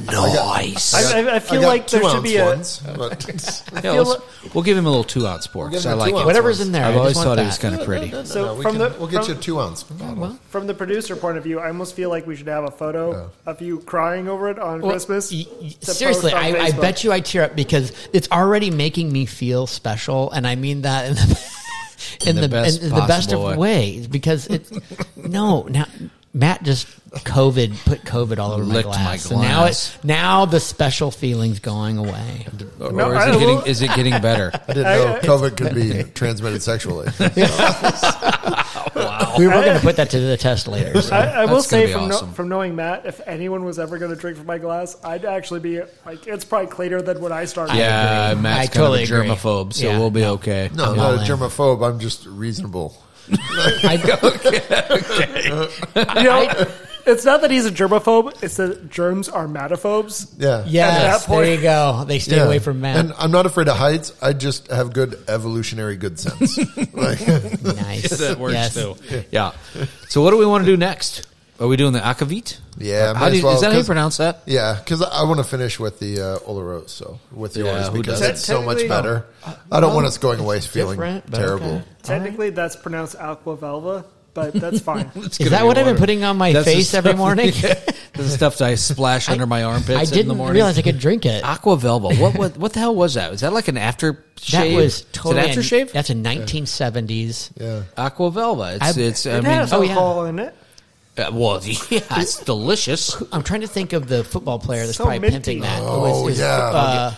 Speaker 5: nice.
Speaker 6: I, I, I feel
Speaker 2: got
Speaker 6: like there
Speaker 2: two
Speaker 6: should
Speaker 2: ounce
Speaker 6: be a.
Speaker 2: ones,
Speaker 6: [LAUGHS]
Speaker 2: but
Speaker 5: [LAUGHS]
Speaker 2: [LAUGHS]
Speaker 5: Yeah,
Speaker 6: feel
Speaker 5: let's- we'll give him a little two ounce pour
Speaker 2: We'll give
Speaker 5: because
Speaker 2: him
Speaker 5: I
Speaker 2: a
Speaker 5: like
Speaker 2: two
Speaker 5: it.
Speaker 2: ounce.
Speaker 4: Whatever's in there. I
Speaker 5: I've
Speaker 4: just
Speaker 5: always
Speaker 4: want
Speaker 5: thought it
Speaker 4: that.
Speaker 5: was kind of pretty.
Speaker 6: So
Speaker 2: we
Speaker 6: from
Speaker 2: can-
Speaker 6: the
Speaker 2: we'll get
Speaker 6: from,
Speaker 2: you a two ounce bottle.
Speaker 4: Oh,
Speaker 6: from the producer point of view, I almost feel like we should have a photo of you crying over it on
Speaker 4: Well,
Speaker 6: Christmas.
Speaker 4: y- y-
Speaker 6: to
Speaker 4: seriously,
Speaker 6: post on
Speaker 4: I, I
Speaker 6: Facebook.
Speaker 4: bet you I tear up because it's already making me feel special, and I mean that in the [LAUGHS] in,
Speaker 5: the
Speaker 4: the,
Speaker 5: best
Speaker 4: in the best
Speaker 5: possible
Speaker 4: of ways. Because it's [LAUGHS] no now. Matt just COVID put COVID all over
Speaker 5: Licked
Speaker 4: my
Speaker 5: my
Speaker 4: glass. So now
Speaker 5: glass.
Speaker 4: it now the special feeling's going away.
Speaker 5: Or
Speaker 6: No,
Speaker 5: is,
Speaker 6: I
Speaker 5: it getting,
Speaker 6: will-
Speaker 5: is it getting better?
Speaker 2: I didn't know COVID could
Speaker 4: [LAUGHS]
Speaker 2: be transmitted sexually.
Speaker 4: We were going to put that to the test later. So.
Speaker 6: I, I will
Speaker 5: That's gonna
Speaker 6: say
Speaker 5: be
Speaker 6: from kno-
Speaker 5: awesome.
Speaker 6: from knowing Matt, if anyone was ever going to drink from my glass, I'd actually be like, it's probably cleaner than when I started.
Speaker 5: yeah,
Speaker 4: agree.
Speaker 5: Matt's
Speaker 4: I
Speaker 5: kind
Speaker 4: totally
Speaker 5: of a
Speaker 4: agree.
Speaker 5: germaphobe, so
Speaker 4: Yeah,
Speaker 5: we'll be
Speaker 4: no.
Speaker 5: okay.
Speaker 2: No, I'm
Speaker 4: all
Speaker 2: not a
Speaker 4: in.
Speaker 2: germaphobe. I'm just reasonable.
Speaker 4: I,
Speaker 6: You know, it's not that he's a germaphobe. It's that germs are mataphobes.
Speaker 3: Yeah.
Speaker 4: yes,
Speaker 6: that
Speaker 4: there
Speaker 6: point-
Speaker 4: you go. They stay
Speaker 3: Yeah.
Speaker 4: away from Matt.
Speaker 3: And I'm not afraid of heights. I just have good evolutionary
Speaker 4: [LAUGHS]
Speaker 3: good sense.
Speaker 4: nice.
Speaker 5: [LAUGHS] [LAUGHS]
Speaker 3: like,
Speaker 5: that works
Speaker 4: Yes. [LAUGHS]
Speaker 5: too. Yeah. So what do we want to do next? Are we doing the akavit?
Speaker 3: Yeah,
Speaker 5: How
Speaker 3: might
Speaker 5: do
Speaker 3: as
Speaker 5: you,
Speaker 3: well,
Speaker 5: is that how you
Speaker 3: 'cause-
Speaker 5: pronounce that?
Speaker 3: yeah, because I want to finish with the uh, Olaros, so with the
Speaker 5: Yeah,
Speaker 3: Olaros
Speaker 5: who
Speaker 3: because
Speaker 5: doesn't?
Speaker 3: it's so much
Speaker 6: Technically-
Speaker 3: better. I don't want us going away feeling
Speaker 4: different, but
Speaker 3: terrible.
Speaker 4: okay.
Speaker 6: Technically, that's pronounced aqua velva,
Speaker 4: [LAUGHS]
Speaker 6: but that's fine.
Speaker 4: Is that what I've been putting on my
Speaker 5: That's the
Speaker 4: face every
Speaker 5: stuff- [LAUGHS]
Speaker 4: morning?
Speaker 5: Yeah. the stuff that I splash under my
Speaker 4: [LAUGHS]
Speaker 5: armpits
Speaker 4: I
Speaker 5: in the
Speaker 4: didn't
Speaker 5: morning.
Speaker 4: realize I could drink it.
Speaker 5: Aqua Velva. What, what what the hell was that? Was that like an after
Speaker 4: That
Speaker 5: shave?
Speaker 4: was totally
Speaker 5: Is it an aftershave?
Speaker 4: That's a 1970s.
Speaker 3: Yeah,
Speaker 5: Aqua Velva. It's
Speaker 4: I-
Speaker 5: it's I mean
Speaker 6: It has
Speaker 4: oh, yeah.
Speaker 6: alcohol in it.
Speaker 5: uh, well [LAUGHS] yeah, it's delicious.
Speaker 4: I'm trying to think of the football player that's
Speaker 6: So
Speaker 4: probably
Speaker 6: minty.
Speaker 4: pimping that. It
Speaker 3: Oh,
Speaker 4: it
Speaker 3: yeah.
Speaker 4: uh,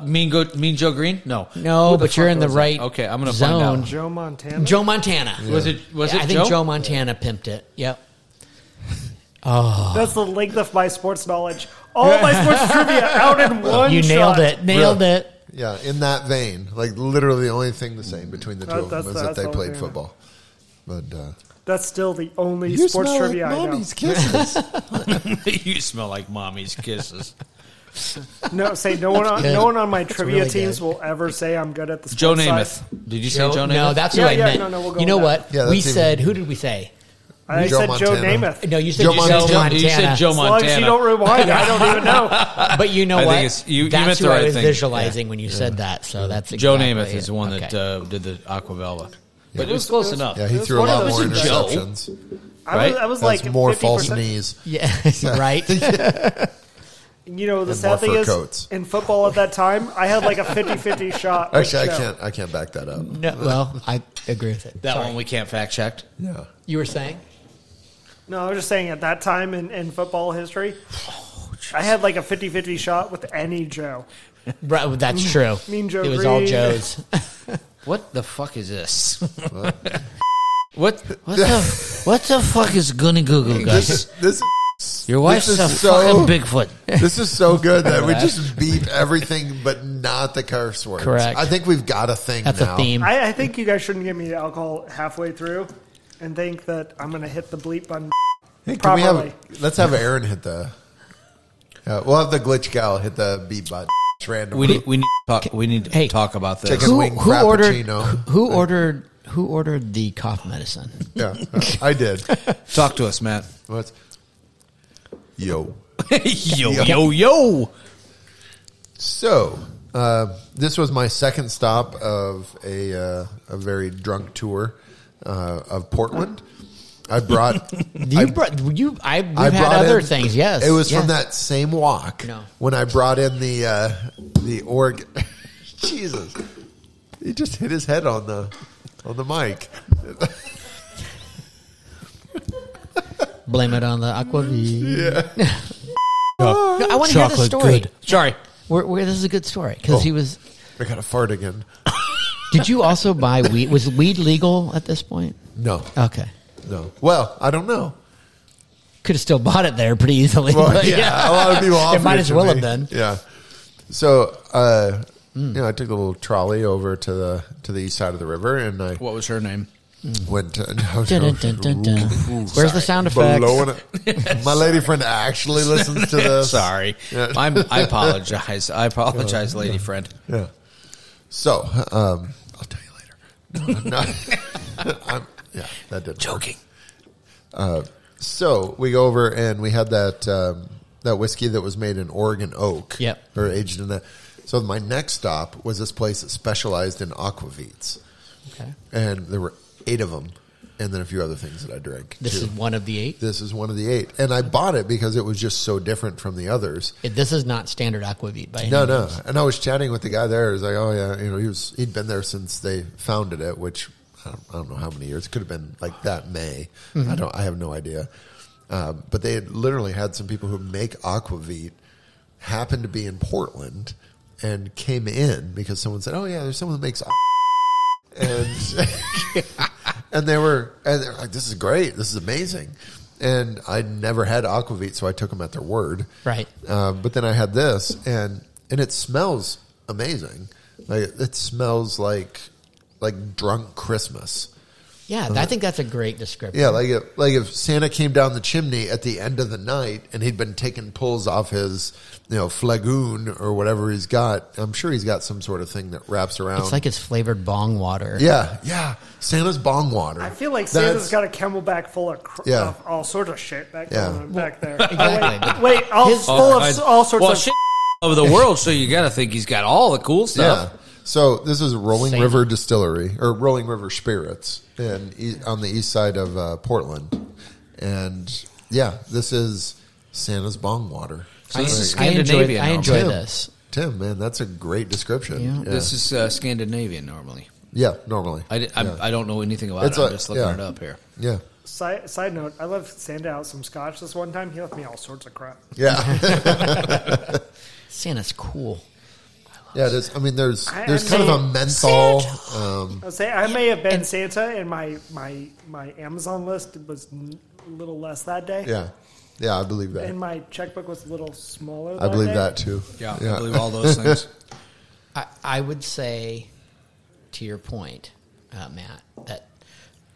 Speaker 5: Uh, mean go Mean Joe Green? No.
Speaker 4: no,
Speaker 5: Who the
Speaker 4: but you're
Speaker 5: fuck
Speaker 4: in the
Speaker 5: was
Speaker 4: right.
Speaker 5: That? Okay, I'm gonna
Speaker 4: zone.
Speaker 5: find out.
Speaker 6: Joe Montana.
Speaker 4: Joe Montana.
Speaker 5: Was it was
Speaker 4: Yeah,
Speaker 5: it
Speaker 4: I think
Speaker 5: Joe?
Speaker 4: Joe, Montana pimped it. [LAUGHS] Yep. Oh,
Speaker 6: That's the length of my sports knowledge. All my
Speaker 4: [LAUGHS]
Speaker 6: sports trivia out in one.
Speaker 4: you
Speaker 6: shot.
Speaker 4: nailed it. Nailed
Speaker 3: Really?
Speaker 4: it.
Speaker 3: yeah. In that vein, like literally the only thing the same between the two
Speaker 6: That-
Speaker 3: of them
Speaker 6: that's-
Speaker 3: is
Speaker 6: that's
Speaker 3: that they
Speaker 6: all
Speaker 3: played
Speaker 6: fair.
Speaker 3: football. But uh,
Speaker 6: That's still the only
Speaker 3: you
Speaker 6: sports
Speaker 3: smell like
Speaker 6: trivia I know.
Speaker 3: mommy's kisses.
Speaker 5: [LAUGHS] you smell like
Speaker 4: [LAUGHS]
Speaker 5: mommy's kisses.
Speaker 6: No, say no one. On,
Speaker 4: good.
Speaker 6: no one on my
Speaker 4: That's
Speaker 6: trivia
Speaker 4: really
Speaker 6: teams
Speaker 4: good.
Speaker 6: will ever say I'm good at the sports
Speaker 5: Joe
Speaker 6: side.
Speaker 5: Namath. Did you say Joe Namath?
Speaker 4: no, that's
Speaker 6: Yeah,
Speaker 4: what I
Speaker 6: yeah,
Speaker 4: meant.
Speaker 6: no, no, we'll go
Speaker 4: you know
Speaker 6: with
Speaker 4: what?
Speaker 6: that.
Speaker 3: Yeah,
Speaker 4: we
Speaker 3: that's even-
Speaker 4: said, who did we say?
Speaker 6: I
Speaker 3: Joe
Speaker 6: said Joe
Speaker 3: Montana.
Speaker 6: Namath.
Speaker 4: No, you said
Speaker 3: Joe
Speaker 4: Joe,
Speaker 5: You said Joe-
Speaker 4: Montana.
Speaker 5: You said Joe
Speaker 6: As long as you
Speaker 5: Montana.
Speaker 6: don't rewind, I don't
Speaker 5: [LAUGHS]
Speaker 6: even know.
Speaker 4: Uh, But you know
Speaker 5: I
Speaker 4: what?
Speaker 5: think it's- you- you
Speaker 4: that's
Speaker 5: meant the
Speaker 4: who I
Speaker 5: right
Speaker 4: was
Speaker 5: thing.
Speaker 4: visualizing when you said that. So that's
Speaker 5: Joe
Speaker 4: exactly
Speaker 5: Namath is
Speaker 4: it.
Speaker 5: the one
Speaker 4: okay.
Speaker 5: that uh, did the Aqua Velva. But it was close enough.
Speaker 3: yeah, he
Speaker 6: was
Speaker 3: threw a
Speaker 6: one
Speaker 3: lot
Speaker 6: of
Speaker 3: more
Speaker 6: those-
Speaker 5: Joe.
Speaker 3: interceptions.
Speaker 6: I was,
Speaker 5: Right?
Speaker 6: I was
Speaker 3: That's
Speaker 6: like
Speaker 3: more
Speaker 6: 50%.
Speaker 3: false knees.
Speaker 4: [LAUGHS] yeah, [LAUGHS] right.
Speaker 6: You know, the
Speaker 3: And more
Speaker 6: sad thing
Speaker 3: fur
Speaker 6: is,
Speaker 3: coats.
Speaker 6: in football at that time, I had like
Speaker 3: [LAUGHS]
Speaker 6: a 50-50 shot. with
Speaker 3: Actually, I
Speaker 6: Joe.
Speaker 3: can't. I can't back that up.
Speaker 4: No, well, I agree with it.
Speaker 5: That
Speaker 4: Sorry.
Speaker 5: one we can't fact check.
Speaker 3: Yeah.
Speaker 4: you were saying.
Speaker 6: No, I was just saying at that time in, in football history, I had like a 50-50 shot with any Joe.
Speaker 4: Right, well, that's true.
Speaker 6: Mean Joe
Speaker 4: It was all [LAUGHS]
Speaker 6: Green.
Speaker 4: Joe's.
Speaker 5: What the fuck is this? [LAUGHS] what what the what the fuck is Gunny Google
Speaker 3: This, this,
Speaker 5: Your
Speaker 3: wife's this is a so- fucking
Speaker 5: Bigfoot.
Speaker 3: this is so good that we just beep everything, but not the curse words.
Speaker 4: Correct.
Speaker 3: I think we've got a
Speaker 4: [LAUGHS]
Speaker 3: thing.
Speaker 4: That's
Speaker 3: now.
Speaker 4: a theme.
Speaker 6: I, I think you guys shouldn't give me the alcohol halfway through and think that I'm going to hit the bleep button.
Speaker 3: Hey, can we
Speaker 6: properly.
Speaker 3: have? Let's have Aaron hit the. Uh, we'll have the glitch gal hit the beat button. It's Random.
Speaker 5: We need we need to talk we need to
Speaker 4: Hey.
Speaker 5: talk about this.
Speaker 3: Chicken.
Speaker 4: who,
Speaker 3: wing
Speaker 4: who ordered?
Speaker 3: frappuccino.
Speaker 4: Who ordered? Who ordered the cough medicine?
Speaker 3: yeah, uh,
Speaker 5: [LAUGHS]
Speaker 3: I did.
Speaker 5: Talk to us, Matt.
Speaker 3: What's yo?
Speaker 5: [LAUGHS] yo yo [LAUGHS] yo.
Speaker 3: So uh, this was my second stop of a uh, a very drunk tour uh, of Portland.
Speaker 5: [LAUGHS]
Speaker 3: I brought
Speaker 4: You brought you. I we've
Speaker 3: I
Speaker 4: had
Speaker 3: brought
Speaker 4: other
Speaker 3: in-
Speaker 4: things. Yes,
Speaker 3: it was
Speaker 4: yes.
Speaker 3: from that same walk
Speaker 4: No.
Speaker 3: when I brought in the uh, the org. [LAUGHS] Jesus, he just hit his head on the on the mic.
Speaker 4: Blame it on the aquavit. Yeah. [LAUGHS] no, I want to hear the story. Oh.
Speaker 5: Sorry.
Speaker 4: We're, we're, this is a good story because he was.
Speaker 3: I got a fart again.
Speaker 4: Did you also buy weed? Was weed legal at this point?
Speaker 3: No,
Speaker 4: Okay,
Speaker 3: no. Well, I don't know.
Speaker 4: could have still bought it there pretty easily. [LAUGHS]
Speaker 3: Well,
Speaker 4: but
Speaker 3: yeah, a lot of people offered
Speaker 4: It might as
Speaker 3: to
Speaker 4: well have
Speaker 3: me.
Speaker 4: been. Hmm.
Speaker 3: Yeah. So, uh, you know, I took the little trolley over to the to the east side of the river, and I
Speaker 5: What was her name?
Speaker 3: went. To, [LAUGHS] no,
Speaker 4: Dun,
Speaker 3: no.
Speaker 4: dun, dun, dun, dun. Where's the sound effects?
Speaker 3: Blowing it. My lady friend actually
Speaker 4: [LAUGHS]
Speaker 3: listens
Speaker 5: [LAUGHS]
Speaker 3: to this.
Speaker 5: Sorry.
Speaker 3: Yeah.
Speaker 5: I'm, I apologize. I apologize, lady friend.
Speaker 3: Yeah. So, um, I'll tell you later. No,
Speaker 4: [LAUGHS]
Speaker 3: I'm not. I'm, yeah, that didn't. work. Uh,
Speaker 5: Joking.
Speaker 3: So we go over and we had that um, that whiskey that was made in Oregon oak,
Speaker 4: Yep.
Speaker 3: or aged in that. So my next stop was this place that specialized in aquavits,
Speaker 4: Okay.
Speaker 3: and there were eight of them, and then a few other things that I drank.
Speaker 4: This
Speaker 3: too.
Speaker 4: is one of the eight.
Speaker 3: this is one of the eight, and I bought it because it was just so different from the others.
Speaker 4: It- This is not standard aquavit by any
Speaker 3: No, no. And I was chatting with the guy there. He's like, oh yeah, you know, he was he'd been there since they founded it, which I don't, I don't know how many years. It could have been like that May. I don't. I have no idea. Um, but they had literally had some people who make aquavit happen to be in Portland and came in because someone said, oh yeah, there's someone that makes. aquavit." And [LAUGHS] and they were and they're like, this is great, this is amazing. And I'd never had aquavit, so I took them at their word.
Speaker 4: Right.
Speaker 3: Um, but then I had this, and and it smells amazing. Like it smells like like drunk Christmas.
Speaker 4: Yeah, I think that's a great description.
Speaker 3: Yeah, like if, like if Santa came down the chimney at the end of the night and he'd been taking pulls off his, you know, flagoon or whatever he's got. I'm sure he's got some sort of thing that wraps around.
Speaker 4: It's like it's flavored bong water.
Speaker 3: yeah, yeah, Santa's bong water.
Speaker 6: I feel like
Speaker 3: That's-
Speaker 6: Santa's got a camelback full of, cr-
Speaker 3: Yeah.
Speaker 6: of all sorts of shit back,
Speaker 3: Yeah.
Speaker 6: there- back there.
Speaker 4: Exactly.
Speaker 6: Wait, wait, all
Speaker 4: His-
Speaker 6: full of
Speaker 5: I-
Speaker 6: s all sorts
Speaker 5: well,
Speaker 6: of
Speaker 5: shit of the world. So you got to think he's got all the cool stuff.
Speaker 3: Yeah. So this is Rolling
Speaker 4: Santa.
Speaker 3: River Distillery or Rolling River Spirits, and e- on the east side of uh, Portland, and yeah, this is Santa's bong water.
Speaker 5: So this is
Speaker 4: I enjoy,
Speaker 5: Scandinavian.
Speaker 4: I
Speaker 5: normally.
Speaker 4: enjoy
Speaker 3: Tim.
Speaker 4: this.
Speaker 3: Tim, man, that's a great description. Yeah,
Speaker 5: This is uh, Scandinavian normally.
Speaker 3: yeah normally.
Speaker 5: I, di- I'm- I don't know anything about
Speaker 3: It's
Speaker 5: it. I'm
Speaker 3: a-
Speaker 5: just looking
Speaker 3: yeah.
Speaker 5: it up here.
Speaker 3: yeah,
Speaker 6: Side, side note, I left Santa out some scotch this one time. He left me all sorts of crap.
Speaker 3: yeah, [LAUGHS]
Speaker 4: Santa's cool.
Speaker 3: yeah. There's, I mean, there's
Speaker 6: I-
Speaker 3: there's
Speaker 6: I
Speaker 3: kind of a
Speaker 6: mean,
Speaker 3: menthol.
Speaker 6: I say I may have been Santa, and my my my Amazon list was n- a little less that day.
Speaker 3: Yeah, yeah, I believe
Speaker 6: And
Speaker 3: that.
Speaker 6: my checkbook was a little smaller.
Speaker 3: I believe
Speaker 6: day.
Speaker 3: that too.
Speaker 5: Yeah, I
Speaker 3: yeah,
Speaker 5: believe all [LAUGHS] those things.
Speaker 4: I, I would say, to your point, uh, Matt, that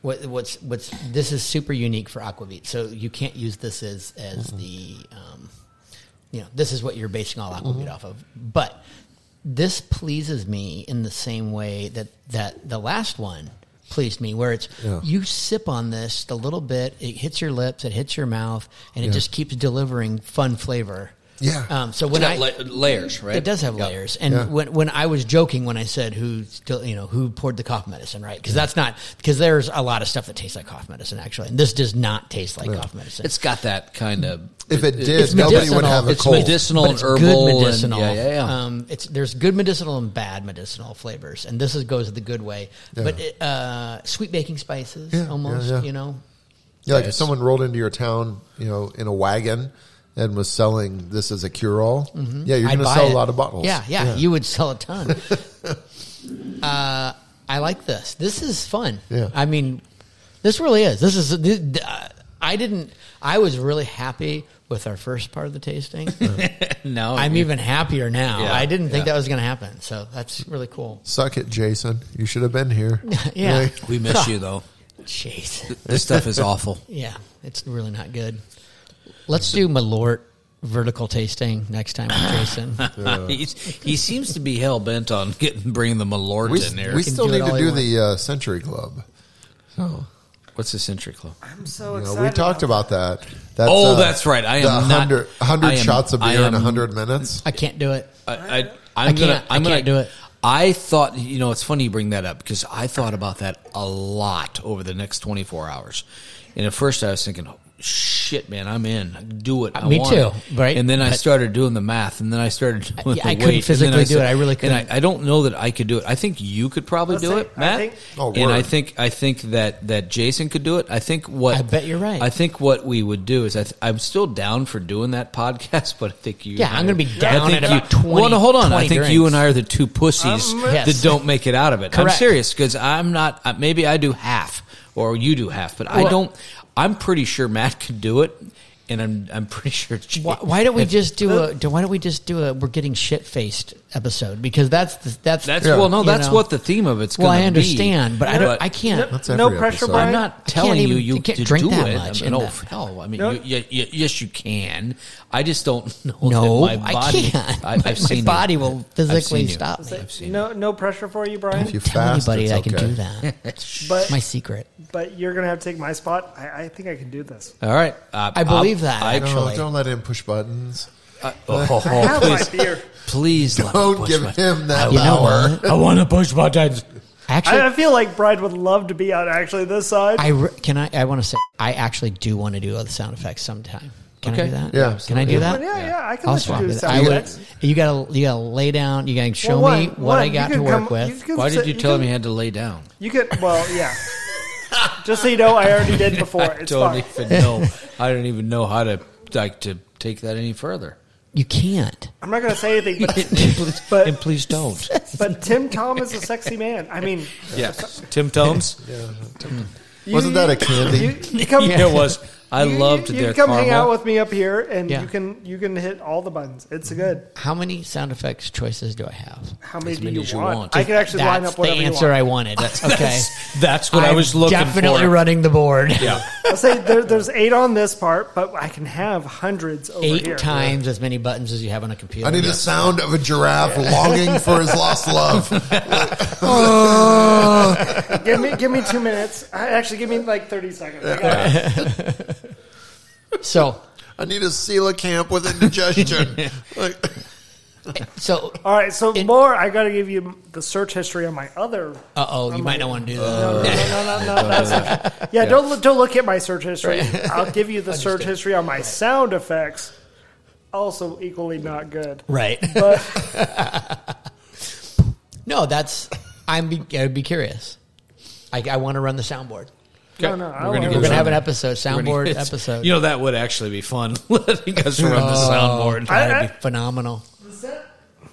Speaker 4: what, what's what's this is super unique for Aquavit. So you can't use this as as
Speaker 3: Mm-hmm.
Speaker 4: the um, you know this is what you're basing all Aquavit
Speaker 3: Mm-hmm.
Speaker 4: off of. But this pleases me in the same way that that the last one pleased me, where it's
Speaker 3: Yeah.
Speaker 4: you sip on this a little bit, it hits your lips, it hits your mouth, and it just keeps delivering fun flavor.
Speaker 3: Yeah.
Speaker 4: Um, so
Speaker 5: It's
Speaker 4: when I
Speaker 5: got la- layers, right?
Speaker 4: it does have
Speaker 5: Yeah.
Speaker 4: layers. And
Speaker 3: Yeah.
Speaker 4: when when I was joking when I said who still you know who poured the cough medicine, right? Because that's not because there's a lot of stuff that tastes like cough medicine actually, and this does not taste like cough medicine.
Speaker 5: It's got that kind of. uh,
Speaker 3: If it did, nobody
Speaker 4: medicinal.
Speaker 3: would have a
Speaker 5: It's
Speaker 3: cold.
Speaker 5: medicinal
Speaker 4: But
Speaker 5: and
Speaker 4: it's
Speaker 5: herbal.
Speaker 4: Good
Speaker 5: and-
Speaker 4: medicinal.
Speaker 5: yeah, yeah, yeah.
Speaker 4: Um, it's there's good medicinal and bad medicinal flavors, and this is, goes the good way. But it, uh, sweet baking spices,
Speaker 3: Yeah, yeah,
Speaker 4: almost
Speaker 3: yeah.
Speaker 4: you know.
Speaker 3: Yeah, like if someone rolled into your town, you know, in a wagon and was selling this as a cure all, yeah, you're
Speaker 4: Mm-hmm. I'd
Speaker 3: going to
Speaker 4: buy
Speaker 3: sell
Speaker 4: it.
Speaker 3: a lot of bottles.
Speaker 4: Yeah, yeah, you would sell a
Speaker 3: [LAUGHS]
Speaker 4: ton. uh, I like this. This is fun.
Speaker 3: Yeah.
Speaker 4: I mean, this really is. This is. This, uh, I didn't. I was really happy with our first part of the
Speaker 3: [LAUGHS]
Speaker 4: tasting.
Speaker 5: no,
Speaker 4: I'm
Speaker 5: you-
Speaker 4: even happier now.
Speaker 5: Yeah,
Speaker 4: I didn't think
Speaker 5: yeah.
Speaker 4: that was going to happen. So that's really cool.
Speaker 3: Suck it, Jason. You should have been here.
Speaker 4: [LAUGHS] Yeah.
Speaker 3: Like,
Speaker 4: [LAUGHS]
Speaker 5: We miss you though.
Speaker 4: Jeez.
Speaker 5: This stuff is
Speaker 3: [LAUGHS]
Speaker 5: awful.
Speaker 4: Yeah, it's really not good. Let's do Malort vertical tasting next time with
Speaker 5: [LAUGHS]
Speaker 4: Jason.
Speaker 5: He's- he seems to be hell bent on getting bringing the Malort
Speaker 3: we
Speaker 5: in there.
Speaker 3: we
Speaker 4: can
Speaker 3: still
Speaker 4: do it
Speaker 3: need to
Speaker 4: all
Speaker 3: do
Speaker 4: you
Speaker 3: the uh, Century Club. So
Speaker 5: Oh. What's the century club?
Speaker 6: I'm so
Speaker 3: you know,
Speaker 6: excited.
Speaker 3: we talked about that. That's, uh,
Speaker 5: Oh, that's right. I am
Speaker 3: the
Speaker 5: not-
Speaker 3: 100,
Speaker 5: I
Speaker 3: 100
Speaker 5: am-
Speaker 3: shots of
Speaker 5: I
Speaker 3: beer in
Speaker 5: am-
Speaker 3: 100 minutes.
Speaker 4: I can't do it.
Speaker 5: I, I,
Speaker 4: I
Speaker 5: I'm
Speaker 4: can't-
Speaker 5: gonna. I'm
Speaker 4: I
Speaker 5: am going to
Speaker 4: can't do it.
Speaker 5: I thought you know it's funny you bring that up because I thought about that a lot over the next 24 hours, and at first I was thinking, oh, shit, man, I'm in, do it. I
Speaker 4: Me
Speaker 5: want
Speaker 4: too,
Speaker 5: it."
Speaker 4: right?
Speaker 5: And then I
Speaker 4: But-
Speaker 5: started doing the math, and then I started doing
Speaker 4: yeah,
Speaker 5: the
Speaker 4: I couldn't
Speaker 5: weight, and then
Speaker 4: physically do
Speaker 5: said-
Speaker 4: it. I really couldn't.
Speaker 5: And I, I don't know that I could do it. I think you could probably
Speaker 6: Let's
Speaker 5: do
Speaker 6: see.
Speaker 5: it,
Speaker 6: I
Speaker 5: Matt.
Speaker 6: think-
Speaker 3: Oh,
Speaker 5: and
Speaker 3: word.
Speaker 5: I think I think that that Jason could do it. I think what
Speaker 4: I bet you're right.
Speaker 5: I think what we would do is I th- I'm still down for doing that [LAUGHS] podcast, but I think you.
Speaker 4: Yeah,
Speaker 5: and
Speaker 4: I'm
Speaker 5: I-
Speaker 4: gonna be
Speaker 5: I
Speaker 4: down
Speaker 5: think
Speaker 4: at
Speaker 5: you-
Speaker 4: about 20
Speaker 5: Well, no, hold on. I
Speaker 4: 20
Speaker 5: think you
Speaker 4: drinks.
Speaker 5: and I are the two pussies
Speaker 6: Um,
Speaker 5: that
Speaker 4: Yes.
Speaker 5: don't make it out of it. I'm
Speaker 4: Correct.
Speaker 5: serious because I'm not. uh, Maybe I do half, or you do half, but I
Speaker 4: Well-
Speaker 5: don't. I'm pretty sure Matt could do it, and I'm I'm pretty sure. Jay- [LAUGHS]
Speaker 4: Why, why don't we just do a? Do, why don't we just do a? We're getting shit faced episode because that's the, that's
Speaker 5: That's well, no,
Speaker 4: you
Speaker 5: that's
Speaker 4: know.
Speaker 5: what the theme of it's.
Speaker 4: Well,
Speaker 5: gonna
Speaker 4: I understand,
Speaker 5: be,
Speaker 4: but I don't.
Speaker 5: but
Speaker 4: I can't.
Speaker 6: No,
Speaker 3: That's every
Speaker 6: no pressure,
Speaker 3: episode.
Speaker 5: I'm
Speaker 6: Brian.
Speaker 5: not
Speaker 4: I
Speaker 5: telling
Speaker 4: can't
Speaker 5: you
Speaker 4: even-
Speaker 5: you
Speaker 4: I can't
Speaker 5: to
Speaker 4: drink
Speaker 5: do
Speaker 4: that
Speaker 5: it.
Speaker 4: much
Speaker 5: I mean,
Speaker 4: in
Speaker 5: oh,
Speaker 4: that.
Speaker 5: hell, I mean,
Speaker 6: No.
Speaker 5: you, you, you, yes, you can. I just don't [LAUGHS] know.
Speaker 4: No,
Speaker 5: that my
Speaker 4: I
Speaker 5: body,
Speaker 4: can't.
Speaker 5: I,
Speaker 4: My-
Speaker 5: have
Speaker 4: my
Speaker 5: seen you.
Speaker 4: body will
Speaker 5: I've
Speaker 4: physically
Speaker 5: seen you.
Speaker 4: stop me.
Speaker 5: I've seen you.
Speaker 6: No, no pressure for you, Brian.
Speaker 3: If you
Speaker 4: Tell
Speaker 3: fast,
Speaker 4: anybody
Speaker 3: it's
Speaker 4: I can
Speaker 3: okay.
Speaker 4: do that. It's
Speaker 6: But-
Speaker 4: my secret.
Speaker 6: But you're gonna have to take my spot. I, I think I can do this.
Speaker 5: All right, uh,
Speaker 4: I believe that,
Speaker 5: I,
Speaker 4: actually.
Speaker 3: No, don't let him push buttons.
Speaker 5: oh,
Speaker 6: I have
Speaker 5: please,
Speaker 6: my beer.
Speaker 5: please let me
Speaker 3: Don't
Speaker 5: push
Speaker 3: give
Speaker 5: my-
Speaker 3: him that
Speaker 4: You know
Speaker 3: power.
Speaker 4: what?
Speaker 5: I want to push buttons.
Speaker 4: Actually,
Speaker 6: I, I
Speaker 4: I,
Speaker 6: feel like Brian would love to be on actually this side.
Speaker 4: re- can I. I want to say I actually do want to do other sound effects sometime. Can I
Speaker 5: Okay.
Speaker 4: do that?
Speaker 3: Yeah,
Speaker 4: Can I do that?
Speaker 6: yeah, yeah, I can
Speaker 4: I'll
Speaker 6: let
Speaker 4: swap
Speaker 6: you do
Speaker 4: it.
Speaker 6: sound
Speaker 4: I would.
Speaker 6: effects.
Speaker 4: You gotta. You gotta lay down. You gotta show
Speaker 6: Well,
Speaker 4: me
Speaker 6: one-
Speaker 4: what
Speaker 6: one,
Speaker 4: I
Speaker 6: you
Speaker 4: got
Speaker 6: can
Speaker 4: to work
Speaker 6: come-
Speaker 4: with.
Speaker 6: can
Speaker 5: Why did
Speaker 6: sit-
Speaker 5: you tell
Speaker 6: can-
Speaker 5: him you had to lay down?
Speaker 6: You could. Well, yeah. Just so you know, I already did
Speaker 4: [LAUGHS]
Speaker 6: before.
Speaker 5: I
Speaker 6: It's
Speaker 5: don't
Speaker 6: fine.
Speaker 5: even know. I don't even know how to like to take that any further.
Speaker 4: You can't.
Speaker 6: I'm not gonna say
Speaker 4: [LAUGHS]
Speaker 6: anything, [LAUGHS] but
Speaker 5: and, please,
Speaker 6: But-
Speaker 5: and please don't.
Speaker 6: but Tim Tom is a sexy man. I mean,
Speaker 5: Yeah, Tim Tomes.
Speaker 6: you- [LAUGHS]
Speaker 3: Wasn't that a candy?
Speaker 6: You, you [LAUGHS] come,
Speaker 5: It was. I
Speaker 6: You-
Speaker 5: loved
Speaker 6: you, you
Speaker 5: their
Speaker 6: can come
Speaker 5: caramel.
Speaker 6: hang out with me up here, and
Speaker 4: Yeah.
Speaker 6: you can you can hit all the buttons. It's good.
Speaker 4: How many sound effects choices do I have?
Speaker 6: How many,
Speaker 5: As
Speaker 6: do
Speaker 5: many
Speaker 6: you,
Speaker 5: as you
Speaker 6: want?
Speaker 5: want.
Speaker 6: I could actually line
Speaker 4: That's
Speaker 6: up whatever
Speaker 4: the
Speaker 6: you
Speaker 4: answer
Speaker 6: want.
Speaker 4: I
Speaker 6: [LAUGHS]
Speaker 4: wanted. okay.
Speaker 5: That's what i
Speaker 4: I'm
Speaker 5: was looking
Speaker 4: definitely
Speaker 5: for.
Speaker 4: running the board.
Speaker 5: Yeah.
Speaker 6: I'll say there, there's eight on this part, but I can have hundreds over
Speaker 4: Eight
Speaker 6: here.
Speaker 4: times as many buttons as you have on a computer.
Speaker 3: I need the sound of a giraffe longing for his
Speaker 5: [LAUGHS]
Speaker 3: lost love.
Speaker 6: [LAUGHS] Give me give me two minutes. I- Actually, give me like thirty seconds. I got
Speaker 4: [LAUGHS]
Speaker 6: it.
Speaker 4: [LAUGHS] So,
Speaker 3: I need a Sela camp with
Speaker 5: [LAUGHS]
Speaker 3: indigestion. Like,
Speaker 4: so
Speaker 6: All right, so
Speaker 4: In-
Speaker 6: more. I got to give you the search history on my other.
Speaker 4: uh oh, you might not want to do that.
Speaker 5: Uh.
Speaker 6: no, no, no, no, no, that's
Speaker 4: [LAUGHS]
Speaker 6: okay. Yeah, don't look- don't look at my search history. I'll give you the search history on my sound effects. Also, equally
Speaker 4: [LAUGHS]
Speaker 6: not good.
Speaker 4: Right. no, that's. I'm be, I'd be curious. I, I want to run the soundboard.
Speaker 6: No, no, I
Speaker 5: We're gonna
Speaker 6: don't
Speaker 5: do
Speaker 4: We're
Speaker 6: wanna-
Speaker 4: gonna have an episode
Speaker 5: We're gonna-
Speaker 4: soundboard episode.
Speaker 5: You know that would actually be fun. [LAUGHS] Letting us run the soundboard.
Speaker 6: I-
Speaker 4: That'd be phenomenal.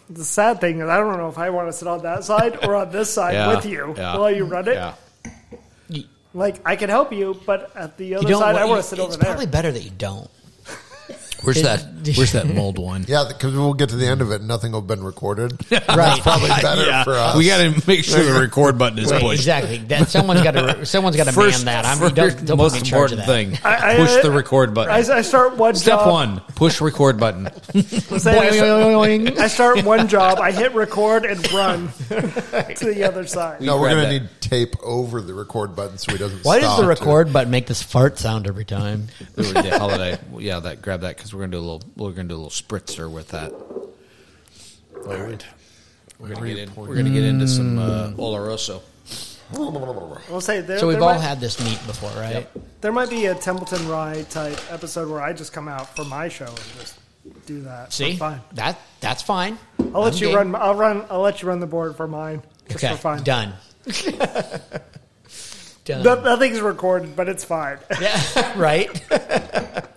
Speaker 6: The sad thing is, I don't know if I want to sit on that side or on this side
Speaker 5: Yeah,
Speaker 6: with you
Speaker 5: yeah,
Speaker 6: while you run it.
Speaker 5: yeah.
Speaker 6: Like I can help you, but at the
Speaker 4: You
Speaker 6: other
Speaker 4: don't.
Speaker 6: side, I
Speaker 4: want-
Speaker 6: want to sit
Speaker 4: it's
Speaker 6: over there.
Speaker 4: probably better that you
Speaker 5: [LAUGHS]
Speaker 4: don't.
Speaker 5: Where's
Speaker 4: It-
Speaker 5: that? Where's that mold one?
Speaker 3: yeah, because we'll get to the end of it. and Nothing will have been recorded.
Speaker 4: Right.
Speaker 3: Probably
Speaker 5: [LAUGHS]
Speaker 3: better
Speaker 5: Yeah,
Speaker 3: for us.
Speaker 5: we got to make sure
Speaker 3: [LAUGHS]
Speaker 5: the record button is
Speaker 4: Right,
Speaker 5: pushed.
Speaker 4: exactly. That someone's got to. Someone's got to man that. I'm
Speaker 5: first,
Speaker 4: don't, don't put me
Speaker 5: most
Speaker 4: in charge of that.
Speaker 5: important thing.
Speaker 6: I- I-
Speaker 5: push the record button.
Speaker 6: I, I start one
Speaker 5: Step
Speaker 6: job.
Speaker 5: one: push record
Speaker 6: [LAUGHS]
Speaker 5: button.
Speaker 6: Let's say I, [LAUGHS] start, I start one job. I hit
Speaker 4: [LAUGHS]
Speaker 6: record and run to the other side.
Speaker 3: no, we're
Speaker 5: grab
Speaker 3: going
Speaker 5: that.
Speaker 3: to need tape over the record button so he doesn't.
Speaker 4: Why does
Speaker 3: stop
Speaker 4: the
Speaker 3: to-
Speaker 4: record button make this fart sound every time?
Speaker 5: yeah, holiday. Yeah, that grab that because we're gonna do a little. We're gonna do a little spritzer with that. All right. We're gonna get in. We're gonna get into some uh, Oloroso.
Speaker 6: We'll say there,
Speaker 4: So we've
Speaker 6: there
Speaker 4: all
Speaker 6: might,
Speaker 4: had this meat before, right?
Speaker 6: there might be a Templeton Rye type episode where I just come out for my show and just do that.
Speaker 4: See,
Speaker 6: for fun.
Speaker 4: that that's fine.
Speaker 6: I'll let
Speaker 4: I'm
Speaker 6: you
Speaker 4: game.
Speaker 6: run. I'll run. I'll let you run the board for mine. Just
Speaker 4: Okay,
Speaker 6: for fun. [LAUGHS]
Speaker 4: done. done.
Speaker 6: No- nothing's recorded, but it's fine.
Speaker 4: Yeah, right. [LAUGHS]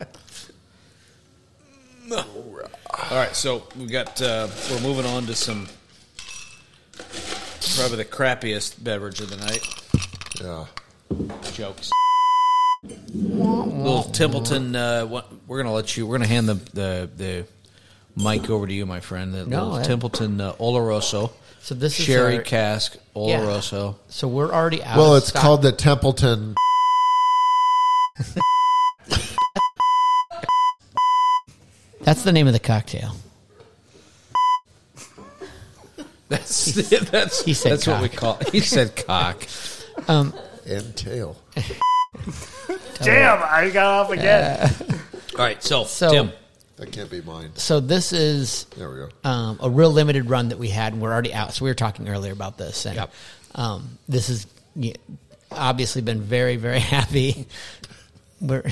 Speaker 5: All right, so we got. Uh, we're moving on to some. Probably the crappiest beverage of the night.
Speaker 3: Yeah.
Speaker 5: jokes. Little Templeton, uh, what, we're gonna let you. We're gonna hand the the, the mic over to you, my friend. The
Speaker 4: No,
Speaker 5: little
Speaker 4: I-
Speaker 5: Templeton uh, Oloroso.
Speaker 4: So this is
Speaker 5: sherry
Speaker 4: our-
Speaker 5: cask
Speaker 4: Yeah. [LAUGHS]
Speaker 5: Oloroso.
Speaker 4: So we're already out.
Speaker 3: [LAUGHS] Well,
Speaker 4: of
Speaker 3: it's
Speaker 4: stock.
Speaker 3: called the Templeton.
Speaker 4: That's the name of the cocktail.
Speaker 5: [LAUGHS] That's that's
Speaker 4: he said
Speaker 5: that's what we call. He said
Speaker 4: [LAUGHS]
Speaker 5: cock.
Speaker 4: Um,
Speaker 3: and tail.
Speaker 6: Damn, I got off again.
Speaker 5: All right, so,
Speaker 4: So- [LAUGHS]
Speaker 5: Tim,
Speaker 3: That can't be mine.
Speaker 4: so this is
Speaker 3: There we go.
Speaker 4: um, a real limited run that we had, and we're already out. So we were talking earlier about this, and
Speaker 5: Yep.
Speaker 4: um, this has yeah, obviously been very, very [LAUGHS] happy. We're,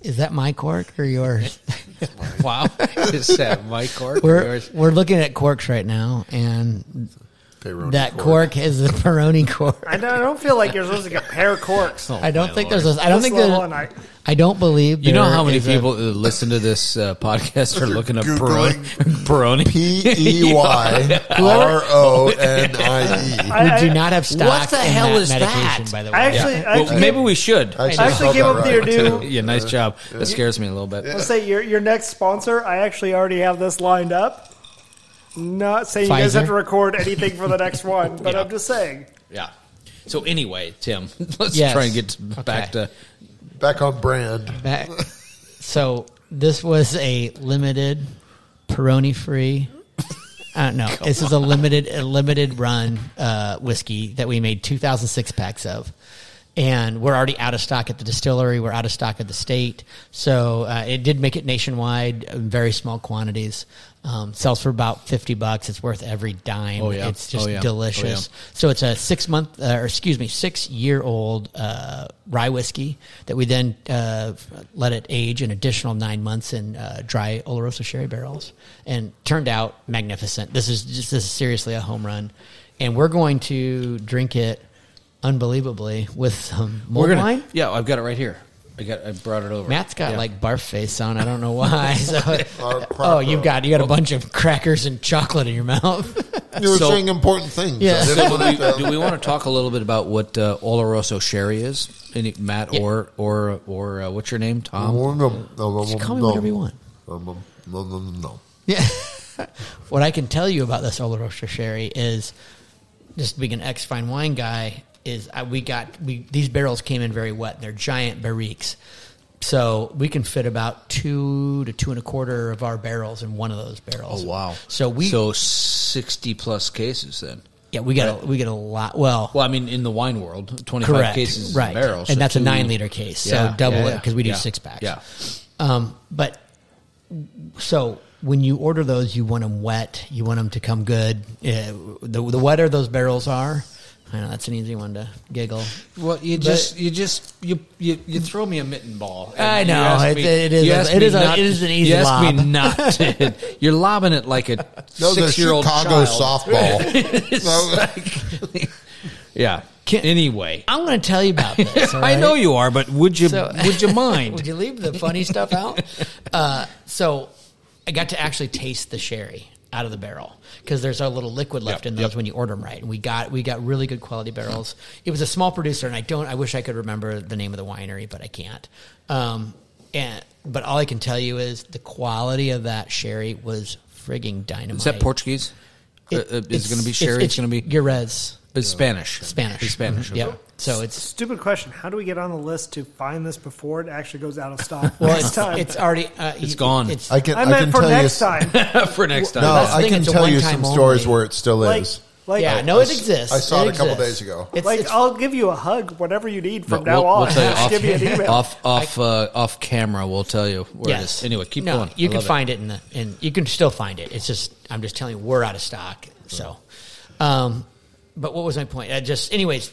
Speaker 4: is that my cork or yours?
Speaker 5: wow, [LAUGHS] is that my cork?
Speaker 4: We're
Speaker 5: Yours?
Speaker 4: we're looking at corks right now, and
Speaker 3: Pepperoni
Speaker 4: that
Speaker 3: cork.
Speaker 4: cork is the Peroni cork.
Speaker 6: I don't, I don't feel like you're supposed to compare
Speaker 4: [LAUGHS]
Speaker 6: corks.
Speaker 4: I don't
Speaker 5: Oh, my
Speaker 4: think
Speaker 5: Lord.
Speaker 4: there's. A, I don't
Speaker 6: This
Speaker 4: think
Speaker 6: level
Speaker 4: there's.
Speaker 6: and I-
Speaker 4: I don't believe.
Speaker 5: You know
Speaker 4: there
Speaker 5: how many
Speaker 4: is a-
Speaker 5: people that listen to this uh, podcast are looking up
Speaker 3: Googling. [LAUGHS]
Speaker 5: Peroni? [LAUGHS] Peroni?
Speaker 3: P E Y R O
Speaker 4: [LAUGHS]
Speaker 3: N I E.
Speaker 4: We
Speaker 6: I-
Speaker 4: do
Speaker 6: I-
Speaker 4: not have stock.
Speaker 5: What the
Speaker 4: in
Speaker 5: hell
Speaker 4: that
Speaker 5: is
Speaker 4: medication,
Speaker 5: that?
Speaker 4: By the way,
Speaker 6: I actually, I
Speaker 5: Well,
Speaker 6: actually
Speaker 5: maybe we should.
Speaker 6: I actually give
Speaker 3: right.
Speaker 6: up their due.
Speaker 5: yeah, nice job. That scares me a little bit.
Speaker 6: Let's say your your next sponsor. I actually already have this lined up. Not saying you guys
Speaker 4: Pfizer?
Speaker 6: have to record anything for the next one,
Speaker 4: [LAUGHS]
Speaker 6: but
Speaker 5: Yeah.
Speaker 6: I'm just saying.
Speaker 5: Yeah. So anyway, Tim, [LAUGHS] let's
Speaker 4: Yes.
Speaker 5: try and get back
Speaker 4: Okay.
Speaker 5: to
Speaker 3: [LAUGHS] Back on brand.
Speaker 4: That- so this was a limited Peroni free. Uh, no, this is a limited a limited run uh, whiskey that we made 2006 packs of, and we're already out of stock at the distillery. We're out of stock at the state, so uh, it did make it nationwide, in very small quantities. Um, sells for about 50 bucks. It's worth every dime.
Speaker 5: Oh, yeah.
Speaker 4: It's just
Speaker 5: Oh, yeah.
Speaker 4: delicious.
Speaker 5: Oh, yeah.
Speaker 4: So it's a six month, uh, or excuse me, six year old uh, rye whiskey that we then uh, let it age an additional nine months in uh, dry Oloroso sherry barrels, and turned out magnificent. This is just this is seriously a home run, and we're going to drink it unbelievably with some
Speaker 5: we're
Speaker 4: mulled
Speaker 5: gonna,
Speaker 4: wine.
Speaker 5: Yeah, I've got it right here. I got. I brought it over.
Speaker 4: Matt's got like barf face on. I don't know why. [LAUGHS] So,
Speaker 3: Barf
Speaker 4: oh,
Speaker 3: proper.
Speaker 4: you've got you got a bunch of crackers and chocolate in your mouth. [LAUGHS]
Speaker 3: You were
Speaker 5: So-
Speaker 3: saying important things.
Speaker 4: Yeah.
Speaker 3: I
Speaker 5: [LAUGHS]
Speaker 3: didn't
Speaker 5: So
Speaker 3: want
Speaker 5: do,
Speaker 3: to-
Speaker 5: we, do we want to talk a little bit about what uh, Oloroso Sherry is? Any, Matt or or or uh, what's your name? Tom.
Speaker 3: No, no, no,
Speaker 4: Just call me
Speaker 3: no.
Speaker 4: whatever you want.
Speaker 3: No, no, no, no, no.
Speaker 4: Yeah. what I can tell you about this Oloroso sherry is just being an ex fine wine guy is I, we got we these barrels came in very wet. They're giant barriques. So we can fit about two to two and a quarter of our barrels in one of those barrels. So we
Speaker 5: Oh, so sixty plus cases then.
Speaker 4: yeah we got a, we get a lot. Well,
Speaker 5: Well, I mean, in the wine world, twenty five
Speaker 4: correct
Speaker 5: cases is a
Speaker 4: right
Speaker 5: barrel, so
Speaker 4: and that's
Speaker 5: two-
Speaker 4: a nine liter case.
Speaker 5: Yeah,
Speaker 4: so double
Speaker 5: yeah,
Speaker 4: it
Speaker 5: yeah,
Speaker 4: because we do
Speaker 5: yeah,
Speaker 4: six packs.
Speaker 5: Yeah,
Speaker 4: Um, but so when you order those, you want them wet. You want them to come good. Uh, the the wetter those barrels are, I know that's an easy one to giggle.
Speaker 5: Well, you
Speaker 4: But-
Speaker 5: just you just you you, you throw me a mitten ball. and
Speaker 4: I
Speaker 5: you
Speaker 4: know,
Speaker 5: ask
Speaker 4: it- it is
Speaker 5: you
Speaker 4: a-
Speaker 5: ask
Speaker 4: it
Speaker 5: me
Speaker 4: is a- it is an easy
Speaker 5: You ask me
Speaker 4: lob. [LAUGHS]
Speaker 5: not to. You're lobbing it like a
Speaker 3: That was a
Speaker 5: six year old
Speaker 3: Chicago
Speaker 5: child.
Speaker 3: softball.
Speaker 4: [LAUGHS]
Speaker 5: It's like- yeah.
Speaker 4: Can-
Speaker 5: anyway,
Speaker 4: I'm going to tell you
Speaker 5: [LAUGHS]
Speaker 4: about this. all
Speaker 5: I know
Speaker 4: right?
Speaker 5: you are, but would you
Speaker 4: So-
Speaker 5: [LAUGHS] would
Speaker 4: [LAUGHS]
Speaker 5: you mind?
Speaker 4: Would you leave the funny stuff out? Uh, so I got to actually taste the sherry out of the barrel because there's a little liquid left
Speaker 5: Yep,
Speaker 4: in those
Speaker 5: yep.
Speaker 4: when you order them right. And we got we got really good quality barrels. It was a small producer, and I don't. I wish I could remember the name of the winery, but I can't. Um, and but all I can tell you is the quality of that sherry was frigging dynamite.
Speaker 5: is that Portuguese? Uh, uh,
Speaker 4: It-
Speaker 5: is it going to be
Speaker 4: it's-
Speaker 5: sherry? It's,
Speaker 4: It's,
Speaker 5: going to be
Speaker 4: Jerez
Speaker 5: it's Spanish.
Speaker 4: Spanish.
Speaker 5: It's Spanish.
Speaker 4: Mhm, Yeah.
Speaker 5: okay.
Speaker 4: So it's
Speaker 6: Stupid question. How do we get on the list to find this before it actually goes out of stock
Speaker 4: [LAUGHS] well,
Speaker 6: next
Speaker 4: it's,
Speaker 6: time?
Speaker 4: it's already uh,
Speaker 5: It's gone.
Speaker 4: It's
Speaker 3: I can,
Speaker 6: I
Speaker 3: I
Speaker 6: meant
Speaker 3: can
Speaker 6: for
Speaker 3: tell you.
Speaker 6: next
Speaker 3: s-
Speaker 4: [LAUGHS]
Speaker 5: [LAUGHS]
Speaker 6: time.
Speaker 5: for next time.
Speaker 3: No,
Speaker 4: That's the
Speaker 3: I
Speaker 4: thing,
Speaker 3: can
Speaker 4: it's a
Speaker 3: tell you some
Speaker 4: one-time
Speaker 3: stories
Speaker 4: only.
Speaker 3: where it still
Speaker 6: like,
Speaker 3: is.
Speaker 6: like,
Speaker 4: yeah, no, it exists.
Speaker 3: I saw it a couple
Speaker 4: exists.
Speaker 3: days ago.
Speaker 4: It's,
Speaker 6: like
Speaker 4: it's-
Speaker 6: I'll give you a hug whenever you need from
Speaker 5: But
Speaker 6: now on.
Speaker 4: [LAUGHS]
Speaker 5: tell you
Speaker 6: [LAUGHS] Just give me an email.
Speaker 5: off, off, uh, off camera. We'll tell you where it
Speaker 4: yes.
Speaker 5: is. Anyway, keep
Speaker 4: No,
Speaker 5: going.
Speaker 4: You
Speaker 5: I
Speaker 4: can
Speaker 5: love it.
Speaker 4: find it. in the and you can still find it. It's just I'm just telling you we're out of stock. So, um, but what was my point? I just anyways,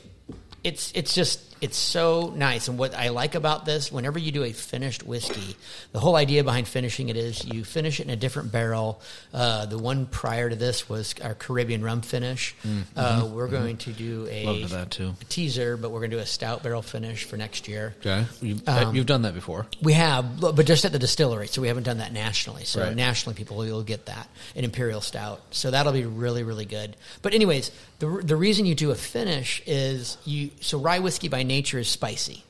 Speaker 4: it's it's just it's so nice. And what I like about this, whenever you do a finished whiskey, the whole idea behind finishing it is you finish it in a different barrel. Uh, the one prior to this was our Caribbean rum finish. Uh, we're going to do a
Speaker 5: Mm, mm-hmm, Love that too.
Speaker 4: teaser, but we're going to do a stout barrel finish for next year.
Speaker 5: Okay, you've,
Speaker 4: Um,
Speaker 5: you've done that before.
Speaker 4: We have, but just at the distillery, so we haven't done that nationally. So
Speaker 5: Right.
Speaker 4: nationally, people will get that an imperial stout. So that'll be really, really good. But anyways, the the reason you do a finish is you so rye whiskey by nature is spicy,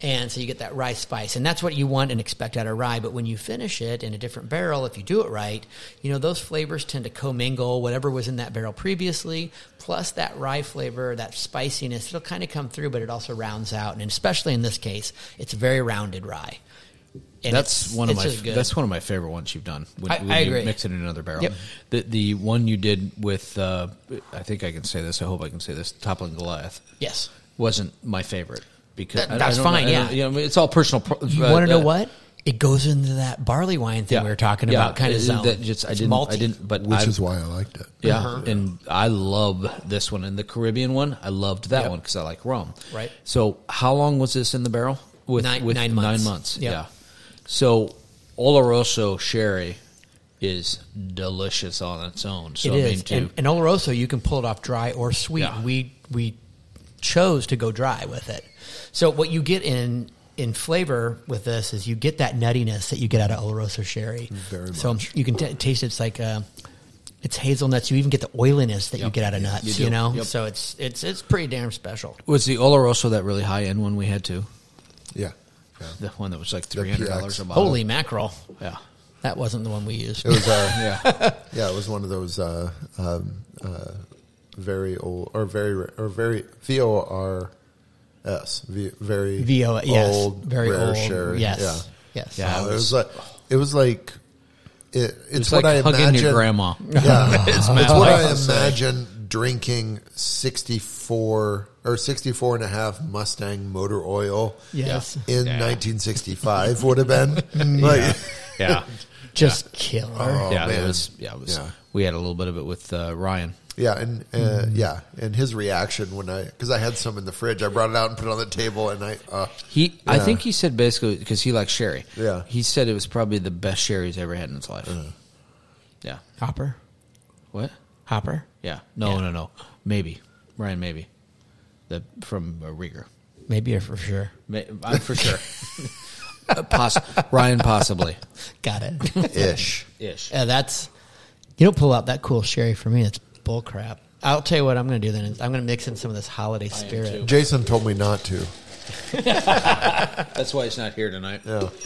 Speaker 4: and so you get that rye spice, and that's what you want and expect out of rye. But when you finish it in a different barrel, if you do it right, you know those flavors tend to commingle whatever was in that barrel previously, plus that rye flavor, that spiciness. It'll kind of come through, but it also rounds out, and especially in this case, it's very rounded rye. And
Speaker 5: that's
Speaker 4: it's-
Speaker 5: one of
Speaker 4: it's
Speaker 5: my
Speaker 4: just good.
Speaker 5: that's one of my favorite ones you've done. When,
Speaker 4: I-
Speaker 5: when
Speaker 4: I
Speaker 5: you
Speaker 4: agree.
Speaker 5: Mix it in another barrel.
Speaker 4: Yep.
Speaker 5: The the one you did with uh, I think I can say this. I hope I can say this. Toppling Goliath
Speaker 4: yes.
Speaker 5: wasn't my favorite because
Speaker 4: That-
Speaker 5: I- I
Speaker 4: that's
Speaker 5: don't know-
Speaker 4: fine,
Speaker 5: I don't-
Speaker 4: yeah.
Speaker 5: you know, I mean, it's all personal. uh, Pro-
Speaker 4: You want to know what? It goes into that barley wine thing we were talking about, kind of zone.
Speaker 5: That just I
Speaker 4: It's
Speaker 5: didn't. I
Speaker 4: malty.
Speaker 5: didn't. But
Speaker 3: Which
Speaker 5: I-
Speaker 3: is why I liked it.
Speaker 5: Yeah,
Speaker 4: Uh-huh.
Speaker 5: and I love this one and the Caribbean one. I loved that one because I like rum.
Speaker 4: Right.
Speaker 5: So, how long was this in the barrel? With
Speaker 4: Nine-
Speaker 5: with
Speaker 4: nine months. Yep.
Speaker 5: Yeah. So, Oloroso sherry is delicious on its own. So
Speaker 4: It
Speaker 5: I
Speaker 4: is,
Speaker 5: mean, to-
Speaker 4: And, and Oloroso, you can pull it off dry or sweet.
Speaker 5: Yeah.
Speaker 4: We we chose to go dry with it. So what you get in in flavor with this is you get that nuttiness that you get out of Oloroso sherry.
Speaker 3: Very
Speaker 4: so
Speaker 3: much.
Speaker 4: you can t- taste it's like uh, it's hazelnuts. You even get the oiliness that you
Speaker 5: Yep.
Speaker 4: get out of
Speaker 5: You
Speaker 4: nuts.
Speaker 5: do.
Speaker 4: You, know,
Speaker 5: Yep.
Speaker 4: so it's it's it's pretty damn special.
Speaker 5: was the Oloroso that really high end one we had too?
Speaker 3: Yeah. Yeah.
Speaker 5: The one that was like three hundred dollars a
Speaker 3: PX.
Speaker 5: bottle.
Speaker 4: Holy mackerel! [LAUGHS]
Speaker 5: yeah,
Speaker 4: That wasn't the one we used.
Speaker 3: It was
Speaker 4: [LAUGHS]
Speaker 3: uh,
Speaker 5: yeah.
Speaker 3: [LAUGHS] Yeah, it was one of those uh, um, uh, very old or very or very V O R S V very
Speaker 4: V O yes,
Speaker 3: old
Speaker 4: very
Speaker 3: rare
Speaker 4: old.
Speaker 3: sherry.
Speaker 4: Yes, yes.
Speaker 5: Yeah.
Speaker 3: yeah. Oh, it was like it was like it, it's
Speaker 5: It's
Speaker 3: what
Speaker 5: like
Speaker 3: I
Speaker 5: hugging
Speaker 3: imagine.
Speaker 5: your grandma.
Speaker 3: Yeah, it's,
Speaker 5: Matt
Speaker 3: what I
Speaker 5: Lyons.
Speaker 3: imagine drinking 64 or 64 and a half Mustang motor oil
Speaker 4: Yes.
Speaker 3: in 1965 would have been like
Speaker 4: Oh,
Speaker 5: Yeah,
Speaker 4: just killer.
Speaker 3: Oh,
Speaker 5: yeah. It
Speaker 3: man.
Speaker 5: was. Yeah, it was.
Speaker 3: Yeah.
Speaker 5: We had a little bit of it with uh, Ryan.
Speaker 3: Yeah, and uh, yeah, and his reaction when I because I had some in the fridge, I brought it out and put it on the table, and I uh,
Speaker 5: He, I
Speaker 3: Yeah.
Speaker 5: think he said basically because he likes sherry.
Speaker 3: Yeah. Uh-huh.
Speaker 5: he said it was probably the best sherry he's ever had in his life. Yeah.
Speaker 4: Hopper,
Speaker 5: What?
Speaker 4: Hopper.
Speaker 5: Yeah. No, no, no. Maybe Ryan. Maybe the from uh, Rieger.
Speaker 4: Maybe or for sure.
Speaker 5: Ma- I'm for
Speaker 3: [LAUGHS]
Speaker 5: sure. Uh, Poss- Ryan, possibly
Speaker 4: Got it. [LAUGHS]
Speaker 3: ish.
Speaker 5: ish.
Speaker 4: yeah, that's you don't pull out that cool sherry for me. That's bull crap. I'll tell you what I'm going to do then. is I'm going to mix in some of this holiday spirit.
Speaker 3: Jason told me not to.
Speaker 5: That's why he's not here tonight.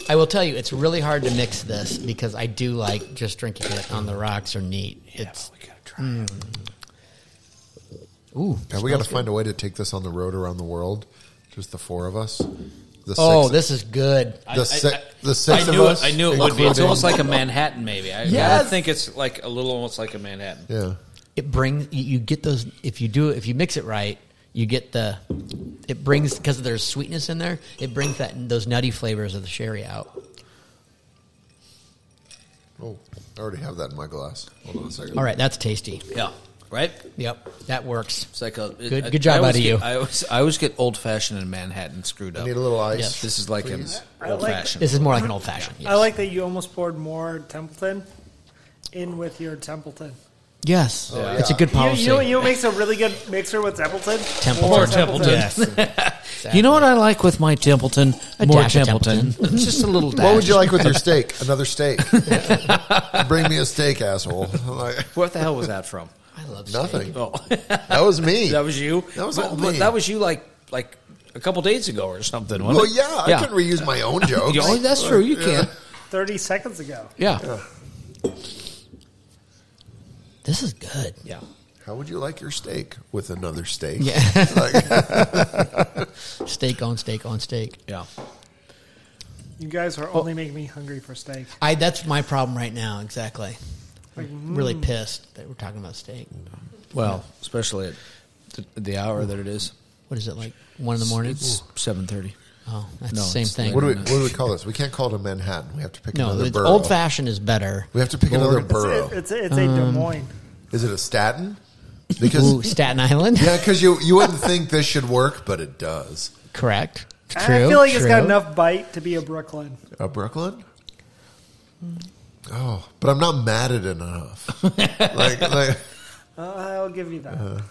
Speaker 4: I will tell you, it's really hard to mix this because I do like just drinking it on the rocks or neat. It's mm.
Speaker 5: We gotta try.
Speaker 4: ooh.
Speaker 3: Yeah, we got to find a way to take this on the road around the world. Just the four of us. The
Speaker 4: Oh,
Speaker 3: six-
Speaker 4: this is good.
Speaker 3: the,
Speaker 5: I-
Speaker 3: si-
Speaker 5: I-
Speaker 3: the six
Speaker 5: I
Speaker 3: of
Speaker 5: knew
Speaker 3: us.
Speaker 5: it. I knew it would be. It's
Speaker 3: including-
Speaker 5: almost like a Manhattan, maybe. I,
Speaker 4: Yes.
Speaker 5: I think it's like a little, almost like a Manhattan.
Speaker 3: yeah.
Speaker 4: It brings you, you get those if you do if you mix it right, you get the it brings because there's sweetness in there. It brings that those nutty flavors of the sherry out.
Speaker 3: Oh, I already have that in my glass. Hold on a second.
Speaker 4: All right, that's tasty.
Speaker 5: Yeah. Right.
Speaker 4: Yep, that works.
Speaker 5: It's like a it-
Speaker 4: Good-
Speaker 5: I-
Speaker 4: good job
Speaker 5: I always
Speaker 4: out of
Speaker 5: get-
Speaker 4: you.
Speaker 5: I always, I always get old fashioned and Manhattan screwed up.
Speaker 3: Need a little ice.
Speaker 4: Yes.
Speaker 5: This is like an
Speaker 6: I
Speaker 5: old
Speaker 6: like-
Speaker 5: fashioned.
Speaker 4: This is more like an old fashioned. Yes.
Speaker 6: I like that you almost poured more Templeton in with your Templeton.
Speaker 4: Yes,
Speaker 5: Oh,
Speaker 4: it's a good
Speaker 6: You,
Speaker 4: policy.
Speaker 6: you, know, what- you know what makes a really good mixer with Templeton.
Speaker 4: Templeton.
Speaker 6: More
Speaker 4: Or
Speaker 6: Templeton.
Speaker 4: Yes.
Speaker 5: You know what I like with my Templeton?
Speaker 4: A
Speaker 5: More
Speaker 4: dash of
Speaker 5: Templeton. [LAUGHS] It's just a little dash.
Speaker 3: What would you like with
Speaker 4: [LAUGHS]
Speaker 3: your steak? Another steak. Bring me a steak, asshole. I'm like,
Speaker 5: What the hell was that from?
Speaker 4: I love steak.
Speaker 3: nothing.
Speaker 5: [LAUGHS] Oh,
Speaker 3: That was me.
Speaker 5: [LAUGHS] that was you.
Speaker 3: That was
Speaker 5: But-
Speaker 3: all
Speaker 5: but
Speaker 3: me.
Speaker 5: That was you, like like a couple days ago or something. Wasn't
Speaker 3: Well,
Speaker 5: it?
Speaker 3: yeah, I couldn't reuse
Speaker 4: [LAUGHS]
Speaker 3: my own jokes.
Speaker 5: Yeah, that's true. You can.
Speaker 6: 30 seconds ago.
Speaker 5: Yeah.
Speaker 4: This is good.
Speaker 5: Yeah.
Speaker 3: How would you like your steak with another steak?
Speaker 4: Yeah.
Speaker 3: Like,
Speaker 4: Steak on steak on steak.
Speaker 5: Yeah.
Speaker 6: You guys are only making me hungry for steak.
Speaker 4: I that's my problem right now. Exactly.
Speaker 6: Like,
Speaker 4: Really pissed that we're talking about steak.
Speaker 5: Well, especially at th- the hour that it is.
Speaker 4: What is it like? One in the morning.
Speaker 5: It's seven thirty.
Speaker 4: Oh, that's
Speaker 5: No,
Speaker 4: the same
Speaker 5: it's
Speaker 4: thing.
Speaker 3: what do we what do we call this? We can't call it a Manhattan. We have to pick
Speaker 4: no,
Speaker 3: another
Speaker 4: it's
Speaker 3: borough.
Speaker 4: old fashioned is better.
Speaker 3: we have to pick another borough.
Speaker 6: it's, it's, it's a
Speaker 4: Um,
Speaker 6: Des Moines.
Speaker 3: Is it a statin? Because
Speaker 4: Ooh, Staten Island.
Speaker 3: yeah, because you you wouldn't think this should work, but it does.
Speaker 4: [LAUGHS] Correct. True.
Speaker 6: I feel like it's got
Speaker 4: true.
Speaker 6: enough bite to be a Brooklyn.
Speaker 3: A Brooklyn. Oh, but I'm not mad at it enough.
Speaker 5: [LAUGHS]
Speaker 3: like like
Speaker 6: Uh, I'll give you that.
Speaker 4: Uh,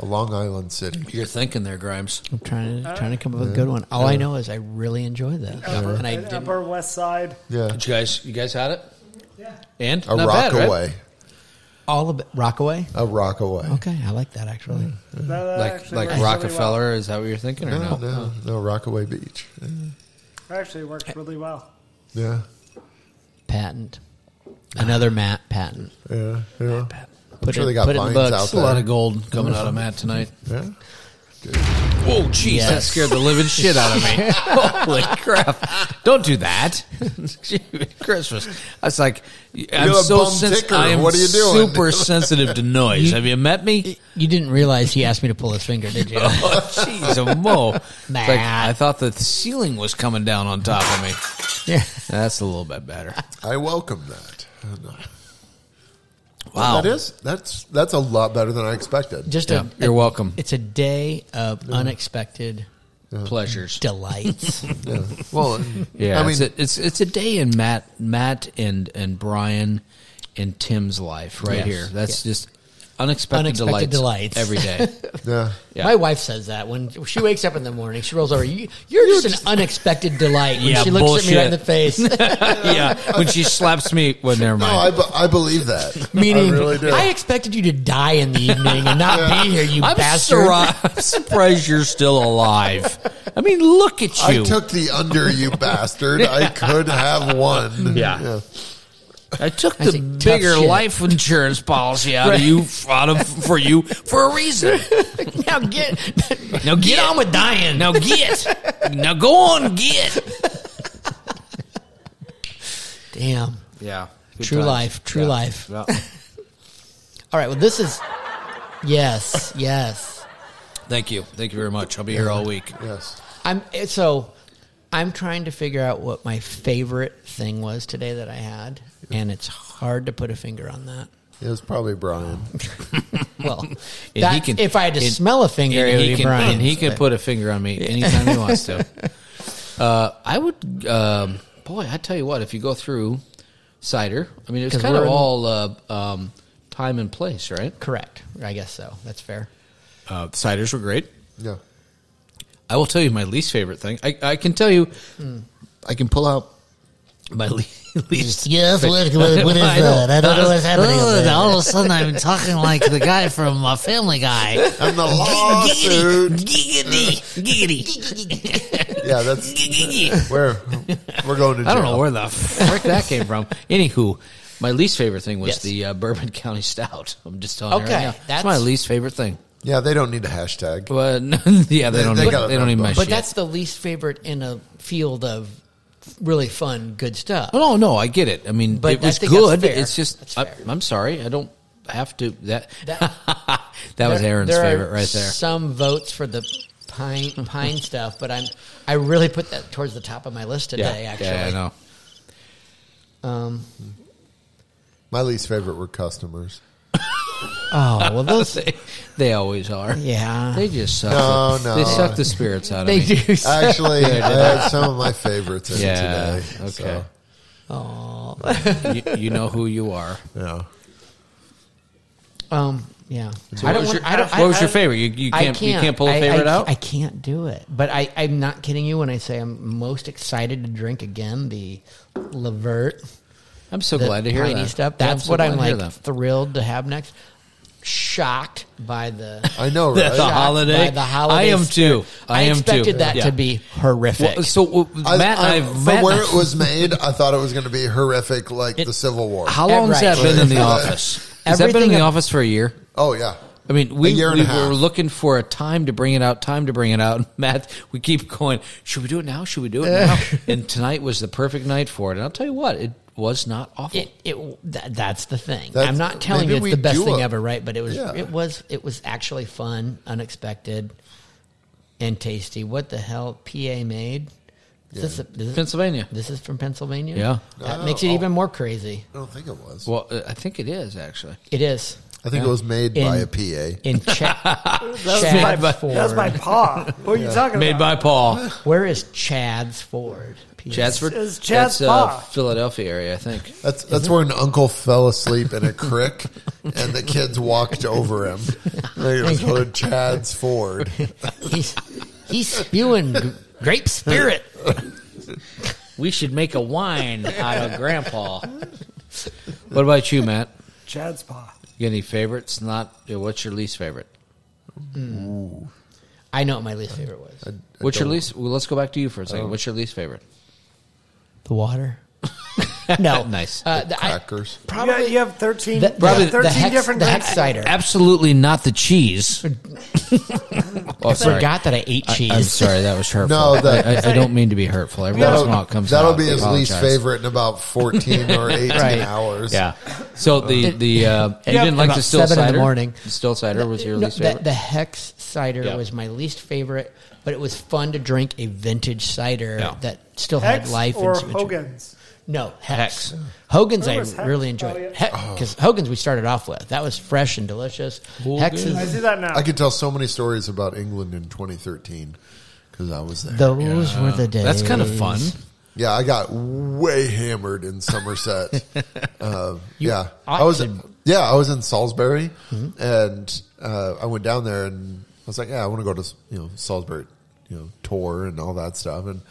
Speaker 3: a Long Island city.
Speaker 5: You're thinking there, Grimes.
Speaker 4: I'm trying
Speaker 6: Uh,
Speaker 4: to trying to come up with a good one. All I know is I really enjoy this, and I
Speaker 6: An
Speaker 4: didn't.
Speaker 6: Uh, Upper West Side.
Speaker 3: Yeah,
Speaker 5: Did you guys, you guys had it,
Speaker 6: Yeah.
Speaker 5: and
Speaker 3: a
Speaker 5: Not bad, right?
Speaker 3: Rockaway.
Speaker 4: All of it, Rockaway.
Speaker 3: A Rockaway.
Speaker 4: Okay, I like that actually.
Speaker 6: That- that
Speaker 5: Like
Speaker 6: actually
Speaker 5: like
Speaker 6: works really well.
Speaker 5: Rockefeller? Is that what you're thinking, or
Speaker 3: No,
Speaker 5: no?
Speaker 3: no, no. Rockaway Beach.
Speaker 6: That actually works really well.
Speaker 3: Yeah,
Speaker 4: Patent. Another Matt patent.
Speaker 3: yeah, yeah.
Speaker 4: Put
Speaker 3: sure
Speaker 4: it,
Speaker 3: they got
Speaker 4: put it in
Speaker 3: vines
Speaker 4: books.
Speaker 3: out
Speaker 5: That's a lot of gold coming out of
Speaker 3: [LAUGHS]
Speaker 5: Matt tonight.
Speaker 3: Yeah.
Speaker 5: Whoa,
Speaker 3: Oh,
Speaker 5: jeez, that
Speaker 4: Yes.
Speaker 5: scared the living shit out of
Speaker 3: [LAUGHS]
Speaker 5: me. Holy crap! Don't do that, [LAUGHS] Christmas. I was like, I'm
Speaker 3: You're a
Speaker 5: so
Speaker 3: bum
Speaker 5: sensitive.
Speaker 3: ticker.
Speaker 5: I am
Speaker 3: What are you doing?
Speaker 5: super sensitive to noise. Have you met me?
Speaker 3: [LAUGHS]
Speaker 4: You didn't realize he asked me to pull his finger, did
Speaker 5: [LAUGHS]
Speaker 4: you?
Speaker 5: Oh, jeez, a mo. It's like,
Speaker 4: Matt.
Speaker 5: I thought the ceiling was coming down on top of me.
Speaker 4: yeah.
Speaker 5: That's a little bit [LAUGHS] better.
Speaker 3: I welcome that. Uh,
Speaker 5: Wow,
Speaker 3: That is that's that's a lot better than I expected.
Speaker 4: Just
Speaker 5: Yeah,
Speaker 4: a,
Speaker 5: you're welcome.
Speaker 4: It's a day of unexpected
Speaker 5: pleasures.
Speaker 4: delights.
Speaker 3: Yeah. Well,
Speaker 5: Yeah,
Speaker 3: I mean,
Speaker 5: it's, a, it's it's a day in Matt Matt and and Brian and Tim's life right
Speaker 4: Yes.
Speaker 5: here. That's just unexpected,
Speaker 4: Unexpected
Speaker 5: delights,
Speaker 4: delights.
Speaker 5: every [LAUGHS] day.
Speaker 3: yeah.
Speaker 5: [LAUGHS] Yeah.
Speaker 4: My wife says that when she wakes up in the morning, she rolls over. You, you're just an unexpected delight. When
Speaker 5: Yeah,
Speaker 4: she looks at me right in the
Speaker 5: bullshit.
Speaker 4: face, [LAUGHS]
Speaker 5: [LAUGHS] yeah, when she slaps me, well, never
Speaker 3: No,
Speaker 5: mind.
Speaker 3: I, be- I
Speaker 5: [LAUGHS]
Speaker 3: believe that.
Speaker 4: meaning
Speaker 3: I really do.
Speaker 4: I expected you to die in the evening and not be here. You
Speaker 5: I'm,
Speaker 4: bastard. [LAUGHS]
Speaker 5: surri- I'm surprised you're still alive. I mean, look at
Speaker 3: I
Speaker 5: you.
Speaker 3: took the under, you [LAUGHS] bastard. I could have won.
Speaker 5: Yeah. I took
Speaker 4: I
Speaker 5: the
Speaker 4: think tough
Speaker 5: bigger
Speaker 4: shit.
Speaker 5: life insurance policy out of you out of for you for a reason.
Speaker 4: now get
Speaker 5: Now get,
Speaker 4: get on with dying.
Speaker 5: Now get. now go on get.
Speaker 4: Damn.
Speaker 5: Yeah.
Speaker 4: True life, true life. All right. Well, this is yes, yes.
Speaker 5: Thank you. Thank you very much. I'll be here all week.
Speaker 3: Yes.
Speaker 4: I'm so I'm trying to figure out what my favorite thing was today that I had, and it's hard to put a finger on that.
Speaker 3: It was probably Brian.
Speaker 5: [LAUGHS]
Speaker 4: Well,
Speaker 5: he
Speaker 4: that,
Speaker 5: can-
Speaker 4: if I had to
Speaker 5: and-
Speaker 4: smell a finger, it
Speaker 5: and
Speaker 4: would
Speaker 5: he
Speaker 4: be
Speaker 5: can,
Speaker 4: Brian's.
Speaker 5: and he can put a finger on me anytime he
Speaker 4: [LAUGHS]
Speaker 5: wants to. Uh, I would, um, boy, I tell you what, if you go through cider, I mean, it's
Speaker 4: 'Cause
Speaker 5: kind of
Speaker 4: we're in-
Speaker 5: all uh, um, time and place, right? [LAUGHS]
Speaker 4: Correct. I guess so. That's fair.
Speaker 5: Uh, ciders were great.
Speaker 3: Yeah.
Speaker 5: I will tell you my least favorite thing. I, I can tell you
Speaker 3: I can pull out.
Speaker 5: my le- [LAUGHS] least.
Speaker 7: Yes, what, what, what is
Speaker 5: I know.
Speaker 7: that? I don't know what's happening.
Speaker 5: Oh, [LAUGHS]
Speaker 7: over there. all of a
Speaker 4: [LAUGHS]
Speaker 7: sudden, I'm talking like the guy from uh, Family Guy.
Speaker 3: I'm the
Speaker 5: [LAUGHS]
Speaker 3: lawsuit.
Speaker 7: Giggity, giggity,
Speaker 3: yeah, that's
Speaker 7: giggity.
Speaker 3: where we're going to jail.
Speaker 5: I don't know
Speaker 4: [LAUGHS]
Speaker 5: where the frick that came from. Anywho, my least favorite thing was
Speaker 4: Yes.
Speaker 5: the uh, Bourbon County Stout. I'm just telling you
Speaker 4: Okay,
Speaker 5: right now. That's
Speaker 4: that's-
Speaker 5: my least favorite thing.
Speaker 3: Yeah, they don't need a hashtag.
Speaker 5: But [LAUGHS] yeah, they,
Speaker 3: They-
Speaker 5: don't.
Speaker 3: they
Speaker 5: need,
Speaker 3: got it
Speaker 5: they don't need
Speaker 3: wrapped
Speaker 5: my
Speaker 3: up.
Speaker 4: But
Speaker 5: shit.
Speaker 4: that's the least favorite in a field of really fun, good stuff.
Speaker 5: Oh, no, no, I get it. I mean,
Speaker 4: But
Speaker 5: it
Speaker 4: I
Speaker 5: was
Speaker 4: think that's
Speaker 5: good.
Speaker 4: fair.
Speaker 5: It's just,
Speaker 4: That's
Speaker 5: I,
Speaker 4: fair.
Speaker 5: I'm sorry, I don't have to. That [LAUGHS] that,
Speaker 4: [LAUGHS] That-
Speaker 5: was
Speaker 4: There-
Speaker 5: Aaron's
Speaker 4: there are
Speaker 5: favorite right there.
Speaker 4: Some votes for the
Speaker 5: [LAUGHS]
Speaker 4: pine pine stuff, but I'm I really put that towards the top of my list today.
Speaker 5: yeah,
Speaker 4: actually,
Speaker 5: yeah, I know. [LAUGHS]
Speaker 3: My least favorite
Speaker 5: [LAUGHS]
Speaker 3: were customers.
Speaker 4: Oh well, those
Speaker 5: They, they always are.
Speaker 4: yeah
Speaker 5: [LAUGHS] They just suck.
Speaker 3: No,
Speaker 5: the,
Speaker 3: no.
Speaker 5: They suck the spirits out of
Speaker 4: they
Speaker 5: me.
Speaker 4: do.
Speaker 3: Actually, I had some of my favorites in
Speaker 5: Yeah.
Speaker 3: today.
Speaker 5: Okay.
Speaker 3: so,
Speaker 5: you, you know who you are.
Speaker 3: yeah.
Speaker 4: Um, yeah.
Speaker 5: what was your- what was your favorite? You- you
Speaker 4: I
Speaker 5: can't- you can't pull a
Speaker 4: I-
Speaker 5: favorite
Speaker 4: I,
Speaker 5: out?
Speaker 4: I can't do it. But I, I'm not kidding you when I say I'm most excited to drink again the Levert.
Speaker 5: I'm so
Speaker 4: the
Speaker 5: glad to hear
Speaker 4: piney
Speaker 5: that.
Speaker 4: stuff.
Speaker 5: Yeah,
Speaker 4: That's
Speaker 5: so
Speaker 4: what
Speaker 5: glad
Speaker 4: I'm
Speaker 5: to hear
Speaker 4: like
Speaker 5: that.
Speaker 4: thrilled to have next. Shocked by [LAUGHS]
Speaker 5: [LAUGHS]
Speaker 4: the
Speaker 3: I know,
Speaker 5: The,
Speaker 3: right?
Speaker 5: the holiday.
Speaker 4: by the holiday
Speaker 5: I am
Speaker 4: spirit.
Speaker 5: too. I, am too.
Speaker 4: expected that
Speaker 5: Yeah.
Speaker 4: to be horrific.
Speaker 5: Well, so well,
Speaker 3: I-
Speaker 5: Matt,
Speaker 3: I-
Speaker 5: I, have
Speaker 3: from
Speaker 5: Matt, [LAUGHS]
Speaker 3: where it was made, I thought it was going to be horrific, like
Speaker 4: It-
Speaker 3: the Civil War.
Speaker 5: How long has
Speaker 4: Right.
Speaker 5: that been in the office? Has that been in
Speaker 4: Everything
Speaker 5: the
Speaker 4: ab-
Speaker 5: office for a year?
Speaker 3: oh yeah,
Speaker 5: I mean, we,
Speaker 3: A year and
Speaker 5: we
Speaker 3: a half.
Speaker 5: were looking for a time to bring it out, time to bring it out. [LAUGHS] Matt, we keep going, should we do it now? Should we do
Speaker 4: [LAUGHS]
Speaker 5: it now? and tonight was the perfect night for it. And I'll tell you what, it was not awful.
Speaker 4: it, it that, that's the thing.
Speaker 3: That's-
Speaker 4: I'm not telling
Speaker 3: maybe
Speaker 4: you it's
Speaker 3: we
Speaker 4: the best
Speaker 3: do
Speaker 4: thing
Speaker 3: a-
Speaker 4: ever, right? But it was
Speaker 3: Yeah.
Speaker 4: it was it was actually fun, unexpected, and tasty. What the hell, PA made? Is this, a, this, is,
Speaker 5: Pennsylvania.
Speaker 4: this is from Pennsylvania.
Speaker 5: Yeah.
Speaker 4: that makes it even more crazy.
Speaker 3: I don't think it was.
Speaker 5: Well, uh, I think it is actually.
Speaker 4: It is
Speaker 3: I think it was made by
Speaker 4: In-
Speaker 3: a PA.
Speaker 4: in
Speaker 5: [LAUGHS]
Speaker 4: Chad.
Speaker 6: That was, my, that was my paw. What are you talking
Speaker 5: Made
Speaker 6: about?
Speaker 4: [LAUGHS]
Speaker 5: by Paul.
Speaker 4: Where is Chad's Ford? PA?
Speaker 5: Chatsford.
Speaker 6: It's- it's Chad's
Speaker 5: That's, uh,
Speaker 6: Pa.
Speaker 5: Philadelphia area, I think.
Speaker 3: That's that's where an uncle fell asleep in a crick, and the kids walked over him. They was called Chad's Ford.
Speaker 4: He's he's spewing g- grape spirit.
Speaker 5: We should make a wine out of
Speaker 4: [LAUGHS]
Speaker 5: Grandpa. what about you, Matt?
Speaker 6: Chad's paw.
Speaker 5: You got any favorites? Not. What's your least favorite?
Speaker 4: I know what my least favorite was
Speaker 5: What's your least? Well, let's go back to you for a second. What's your least favorite?
Speaker 4: the water. [LAUGHS] no,
Speaker 5: Nice.
Speaker 4: Uh, the, I,
Speaker 3: Crackers.
Speaker 6: You,
Speaker 4: probably
Speaker 6: got, you have 13,
Speaker 4: The,
Speaker 5: Probably
Speaker 4: the,
Speaker 6: 13
Speaker 4: the hex,
Speaker 6: different
Speaker 4: the
Speaker 6: kinds.
Speaker 4: hex cider.
Speaker 5: Absolutely not the [LAUGHS] cheese. oh,
Speaker 4: I
Speaker 5: sorry.
Speaker 4: forgot that I ate cheese.
Speaker 5: I'm sorry, that was hurtful.
Speaker 3: No, that-
Speaker 5: I, I, I don't mean to be hurtful. Every once in a while it comes
Speaker 3: that'll
Speaker 5: out.
Speaker 3: be
Speaker 5: I
Speaker 3: his least
Speaker 5: apologize.
Speaker 3: favorite in about
Speaker 5: [LAUGHS]
Speaker 3: fourteen or eighteen
Speaker 4: Right.
Speaker 3: hours.
Speaker 5: Yeah. So the the uh, you
Speaker 4: Yep.
Speaker 5: didn't like
Speaker 4: About
Speaker 5: the still
Speaker 4: seven
Speaker 5: cider
Speaker 4: in the morning.
Speaker 5: The still cider was your
Speaker 4: No,
Speaker 5: least
Speaker 4: the,
Speaker 5: favorite.
Speaker 4: the hex cider
Speaker 5: Yeah.
Speaker 4: was my least favorite, but it was fun to drink a vintage cider
Speaker 5: Yeah.
Speaker 4: that still
Speaker 6: Hex
Speaker 4: had life.
Speaker 6: or
Speaker 4: and symmetry.
Speaker 6: Hogan's.
Speaker 4: No, hex. Hogan's
Speaker 6: Where
Speaker 4: I
Speaker 6: was Hex?
Speaker 4: really
Speaker 6: Oh, yeah.
Speaker 4: enjoyed. Because Hogan's we started off with. That was fresh and delicious. Hexes.
Speaker 6: I see that now.
Speaker 3: I could tell so many stories about England in 2013 because I was there.
Speaker 4: Those were the days.
Speaker 5: That's kind of fun.
Speaker 3: yeah, I got way hammered
Speaker 4: [LAUGHS]
Speaker 3: in Somerset. uh, yeah,
Speaker 4: ought
Speaker 3: I was.
Speaker 4: to- Mm-hmm.
Speaker 3: Yeah, I was in Salisbury, and uh, I went down there, and I was like, "Yeah, I want to go to you know Salisbury, you know, tour and all that stuff." And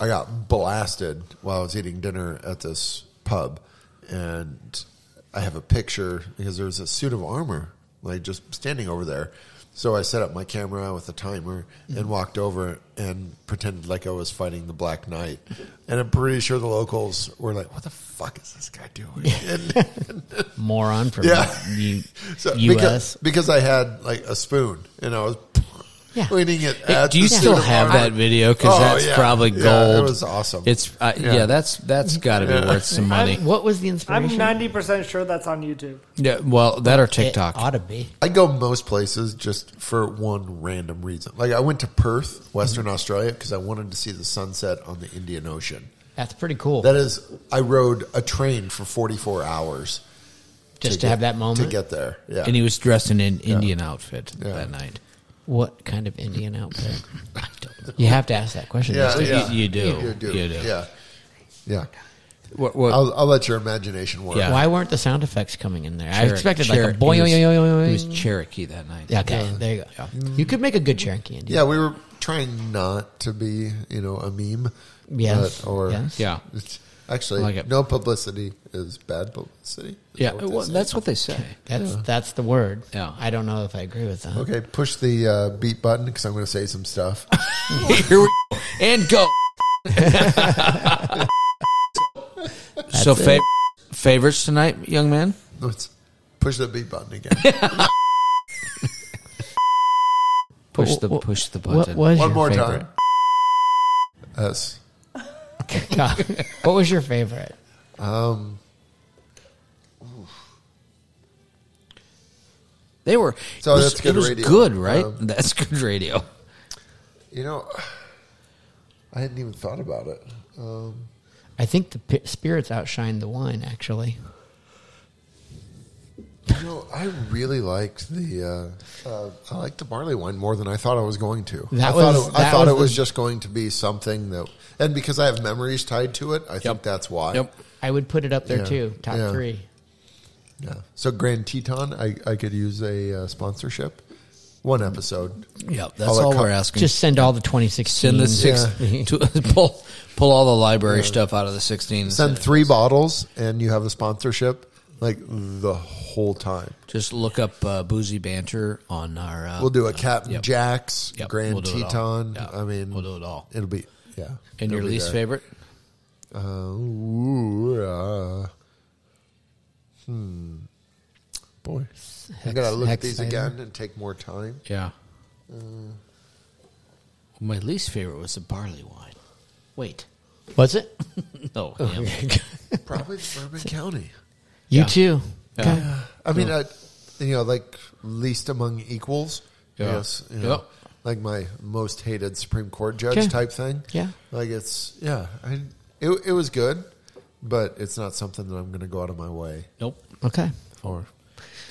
Speaker 3: I got blasted while I was eating dinner at this pub, and I have a picture because there's a suit of armor like just standing over there. So I set up my camera with a timer and walked over and pretended like I was fighting the Black Knight. And I'm pretty sure the locals were like, "What the fuck is this guy doing?"
Speaker 5: [LAUGHS]
Speaker 3: And-
Speaker 4: Moron from
Speaker 3: Yeah.
Speaker 4: U-
Speaker 3: [LAUGHS] so,
Speaker 4: U.S.
Speaker 3: because because I had like a spoon and I was
Speaker 4: Yeah.
Speaker 3: pointing it at.
Speaker 5: Do you
Speaker 3: the
Speaker 5: still
Speaker 3: suit of
Speaker 5: have
Speaker 3: armor.
Speaker 5: that video? Because
Speaker 3: Oh,
Speaker 5: that's
Speaker 3: yeah.
Speaker 5: probably gold.
Speaker 3: Yeah, it was awesome.
Speaker 5: It's uh, yeah. that's that's got to be worth some money.
Speaker 4: What was the
Speaker 6: I'm
Speaker 4: inspiration?
Speaker 6: 90% sure that's on YouTube.
Speaker 5: Yeah, well, that or TikTok.
Speaker 4: It ought to be.
Speaker 3: I go most places just for one random reason. Like I went to Perth, Western Australia, because I wanted to see the sunset on the Indian Ocean.
Speaker 4: That's pretty cool.
Speaker 3: That is, I rode a train for forty four hours
Speaker 4: just to, have
Speaker 3: get-
Speaker 4: that moment.
Speaker 3: to get there. Yeah,
Speaker 5: and he was dressed in an Indian outfit
Speaker 3: Yeah.
Speaker 5: that night.
Speaker 4: What kind of Indian
Speaker 3: [LAUGHS]
Speaker 4: outfit? I don't know. You have to ask that question.
Speaker 3: yeah,
Speaker 4: Mr.
Speaker 3: yeah.
Speaker 5: you do.
Speaker 3: you do,
Speaker 5: You do.
Speaker 3: yeah, yeah.
Speaker 5: What, what?
Speaker 3: I'll, I'll let your imagination work.
Speaker 5: Yeah.
Speaker 4: Why weren't the sound effects coming in there? I
Speaker 5: Cher-
Speaker 4: expected like a
Speaker 5: Cher-
Speaker 4: boing.
Speaker 5: he was-
Speaker 4: oing,
Speaker 5: He
Speaker 4: oing,
Speaker 5: was
Speaker 4: oing.
Speaker 5: Cherokee that night.
Speaker 4: Yeah, okay, there you go. You could make a good Cherokee Indian.
Speaker 3: Yeah, we were trying not to be, you know, a meme.
Speaker 4: Yes,
Speaker 3: but- or
Speaker 4: yes.
Speaker 5: Yeah.
Speaker 3: It's, actually,
Speaker 5: Like it.
Speaker 3: no publicity is bad publicity. Is
Speaker 5: Yeah,
Speaker 3: that what they
Speaker 5: well,
Speaker 3: say?
Speaker 5: that's what they say.
Speaker 4: That's that's the word.
Speaker 5: Yeah.
Speaker 4: I don't know if I agree with that.
Speaker 3: Okay, push the uh, beat button because I'm going to say
Speaker 4: [LAUGHS]
Speaker 3: some stuff.
Speaker 5: [LAUGHS] Here we go. And [LAUGHS] go. so,
Speaker 4: That's
Speaker 5: fa- favorites tonight, young man?
Speaker 3: Let's push the beat button
Speaker 4: [LAUGHS]
Speaker 3: again.
Speaker 5: Push
Speaker 4: But
Speaker 5: the
Speaker 4: wh-
Speaker 5: push the
Speaker 4: What
Speaker 5: button.
Speaker 4: was [LAUGHS]
Speaker 3: One
Speaker 4: your
Speaker 3: more
Speaker 4: favorite?
Speaker 3: time. Us.
Speaker 4: what was your favorite?
Speaker 3: Um,
Speaker 5: They were.
Speaker 3: So
Speaker 5: it was-
Speaker 3: that's good
Speaker 5: it was
Speaker 3: radio.
Speaker 5: good, right?
Speaker 3: Um,
Speaker 5: that's good radio.
Speaker 3: you know, I hadn't even thought about it. Um,
Speaker 4: I think the pi spirits outshined the wine. Actually,
Speaker 3: you know, I really liked the uh, uh, I liked the barley wine more than I thought I was going to.
Speaker 4: That
Speaker 3: I thought
Speaker 4: was-
Speaker 3: it, I
Speaker 4: that
Speaker 3: thought
Speaker 4: was
Speaker 3: it was
Speaker 4: the-
Speaker 3: just going to be something that, and because I have memories tied to it, I think that's why.
Speaker 5: Yep.
Speaker 4: I would put it up there
Speaker 3: Yeah,
Speaker 4: too. Top
Speaker 3: yeah.
Speaker 4: three.
Speaker 3: Yeah. So Grand Teton, I, I could use a uh, sponsorship. One episode.
Speaker 5: Yep. That's
Speaker 3: I'll
Speaker 5: all
Speaker 3: cut-
Speaker 5: we're asking.
Speaker 4: Just send all the 2016.
Speaker 3: Mm,
Speaker 5: send the six [LAUGHS] to, pull pull all the library stuff out of the sixteen.
Speaker 3: Send three bottles, and you have a sponsorship like the whole time.
Speaker 5: Just look up uh, boozy banter on our. Uh,
Speaker 3: We'll do a Captain
Speaker 5: yep.
Speaker 3: Jack's,
Speaker 5: Yep,
Speaker 3: Grand
Speaker 5: we'll do it all.
Speaker 3: Teton.
Speaker 5: Yeah,
Speaker 3: I mean,
Speaker 5: we'll do it all.
Speaker 3: It'll be yeah.
Speaker 5: And your
Speaker 3: It'll be
Speaker 5: least
Speaker 3: there.
Speaker 5: favorite?
Speaker 3: Uh, ooh, uh, hmm. Boy, I gotta look
Speaker 4: hex
Speaker 3: at these
Speaker 4: item.
Speaker 3: again and take more time.
Speaker 5: Yeah.
Speaker 3: Mm.
Speaker 5: My least favorite was the barley wine. Wait. [LAUGHS]
Speaker 4: Was it?
Speaker 5: No.
Speaker 3: Oh,
Speaker 5: damn. [LAUGHS]
Speaker 3: Probably Bourbon County.
Speaker 4: You
Speaker 5: Yeah.
Speaker 4: too.
Speaker 5: Yeah.
Speaker 4: Okay.
Speaker 3: I mean, I, you know, like least among equals.
Speaker 5: Yeah.
Speaker 3: Yes. You know,
Speaker 5: Yep.
Speaker 3: Like my most hated Supreme Court judge
Speaker 4: Okay.
Speaker 3: type thing.
Speaker 4: Yeah.
Speaker 3: Like it's yeah. I, it it was good, but it's not something that I'm going to go out of my way
Speaker 5: Nope.
Speaker 4: Okay.
Speaker 3: for.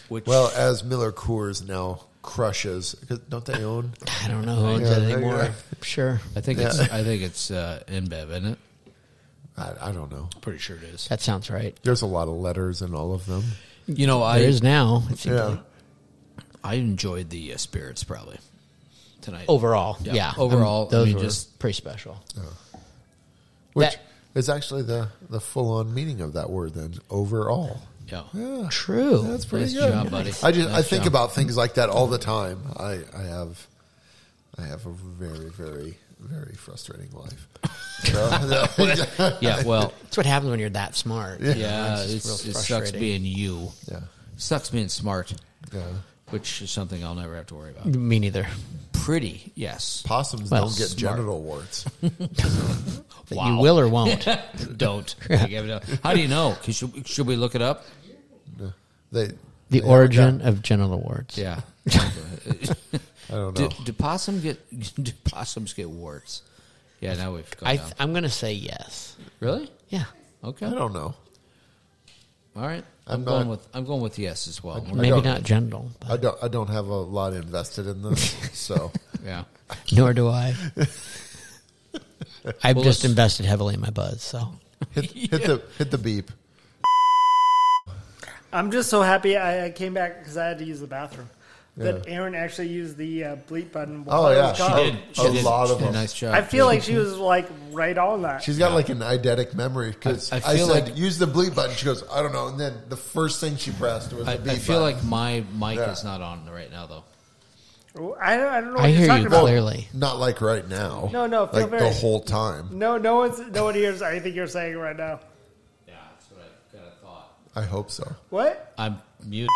Speaker 5: Which
Speaker 3: Well, as Miller Coors now crushes, 'cause don't they own?
Speaker 4: I don't know who owns
Speaker 3: Yeah,
Speaker 4: it
Speaker 3: there you
Speaker 4: anymore.
Speaker 3: go.
Speaker 4: Sure.
Speaker 5: I think it's I think it's uh, InBev, isn't it?
Speaker 3: I, I don't know.
Speaker 5: Pretty sure it is.
Speaker 4: That sounds right.
Speaker 3: There's a lot of letters in all of them.
Speaker 5: You know, I
Speaker 4: There is now. It seems like.
Speaker 5: I enjoyed the uh, spirits probably tonight.
Speaker 3: Oh.
Speaker 4: Overall, yeah.
Speaker 5: Yeah. Overall,
Speaker 4: those
Speaker 5: I mean,
Speaker 4: were
Speaker 5: just-
Speaker 4: pretty special.
Speaker 3: which
Speaker 4: That-
Speaker 3: is actually the the full on meaning of that word. Then overall,
Speaker 5: Yeah.
Speaker 3: yeah,
Speaker 4: True.
Speaker 3: that's
Speaker 5: Nice
Speaker 3: pretty good,
Speaker 5: job, buddy.
Speaker 3: I just I
Speaker 5: Nice
Speaker 3: think
Speaker 5: job.
Speaker 3: about things like that all the time. I I have I have a very very very frustrating life. So- [LAUGHS]
Speaker 5: Yeah, well,
Speaker 4: That's what happens when you're that smart. Yeah,
Speaker 5: yeah, it's, it sucks being you.
Speaker 3: yeah,
Speaker 5: Sucks being smart,
Speaker 3: yeah.
Speaker 5: which is something I'll never have to worry
Speaker 3: Mm.
Speaker 5: about.
Speaker 4: Me neither.
Speaker 5: Pretty, yes.
Speaker 3: Possums
Speaker 4: Well,
Speaker 3: don't get
Speaker 4: smart.
Speaker 3: genital warts.
Speaker 4: But
Speaker 5: Wow.
Speaker 4: You will or
Speaker 5: [LAUGHS]
Speaker 4: won't.
Speaker 3: [LAUGHS]
Speaker 5: Don't. Like, I don't- How do you know? 'Cause Should, should we look it up?
Speaker 3: They
Speaker 4: The
Speaker 3: they
Speaker 4: origin of genital warts.
Speaker 3: [LAUGHS]
Speaker 5: Yeah.
Speaker 3: I don't
Speaker 5: do,
Speaker 3: know.
Speaker 5: do possum get [LAUGHS] do possums get warts? Yeah, now we've gone
Speaker 4: I
Speaker 5: down.
Speaker 4: th- I'm gonna say yes.
Speaker 5: really
Speaker 4: Yeah.
Speaker 5: okay.
Speaker 3: I don't know.
Speaker 5: All right,
Speaker 3: I'm
Speaker 5: I'm, going
Speaker 3: not-
Speaker 5: with I'm going with yes as well.
Speaker 3: I
Speaker 4: Maybe
Speaker 3: don't-
Speaker 4: not genital, but
Speaker 3: I don't. I don't have a lot invested in this, so
Speaker 5: yeah,
Speaker 4: nor do
Speaker 5: [LAUGHS]
Speaker 4: I. I've
Speaker 5: Well,
Speaker 4: just
Speaker 5: let's-
Speaker 4: invested heavily in my buzz, so
Speaker 3: hit, hit the hit the beep.
Speaker 6: I'm just so happy I, I came back because I had to use the bathroom. That Aaron actually used the uh, bleep button. while
Speaker 3: Oh
Speaker 6: I was
Speaker 3: yeah,
Speaker 6: gone.
Speaker 3: Oh,
Speaker 5: did. She
Speaker 3: a
Speaker 5: did.
Speaker 3: lot
Speaker 5: She
Speaker 3: of
Speaker 5: did a
Speaker 3: them.
Speaker 5: nice job.
Speaker 6: I feel like she was like right on that.
Speaker 3: She's got like an eidetic memory because I,
Speaker 5: I- I feel
Speaker 3: said
Speaker 5: like-
Speaker 3: use the bleep button. She goes, I don't know, and then the first thing she pressed was
Speaker 5: I,
Speaker 3: the beep.
Speaker 5: I feel
Speaker 3: button.
Speaker 5: like my mic
Speaker 3: Yeah.
Speaker 5: is not on right now though.
Speaker 6: I don't, I don't know. What
Speaker 4: I
Speaker 6: you're
Speaker 4: hear
Speaker 6: talking
Speaker 4: you
Speaker 6: about.
Speaker 4: clearly.
Speaker 3: not like right now.
Speaker 6: No, no, feel
Speaker 3: like the
Speaker 6: very-
Speaker 3: whole time.
Speaker 6: No, no one's no one hears anything you're saying right now.
Speaker 5: Yeah, that's what I kind of thought.
Speaker 3: I hope so.
Speaker 6: What?
Speaker 5: I'm mute.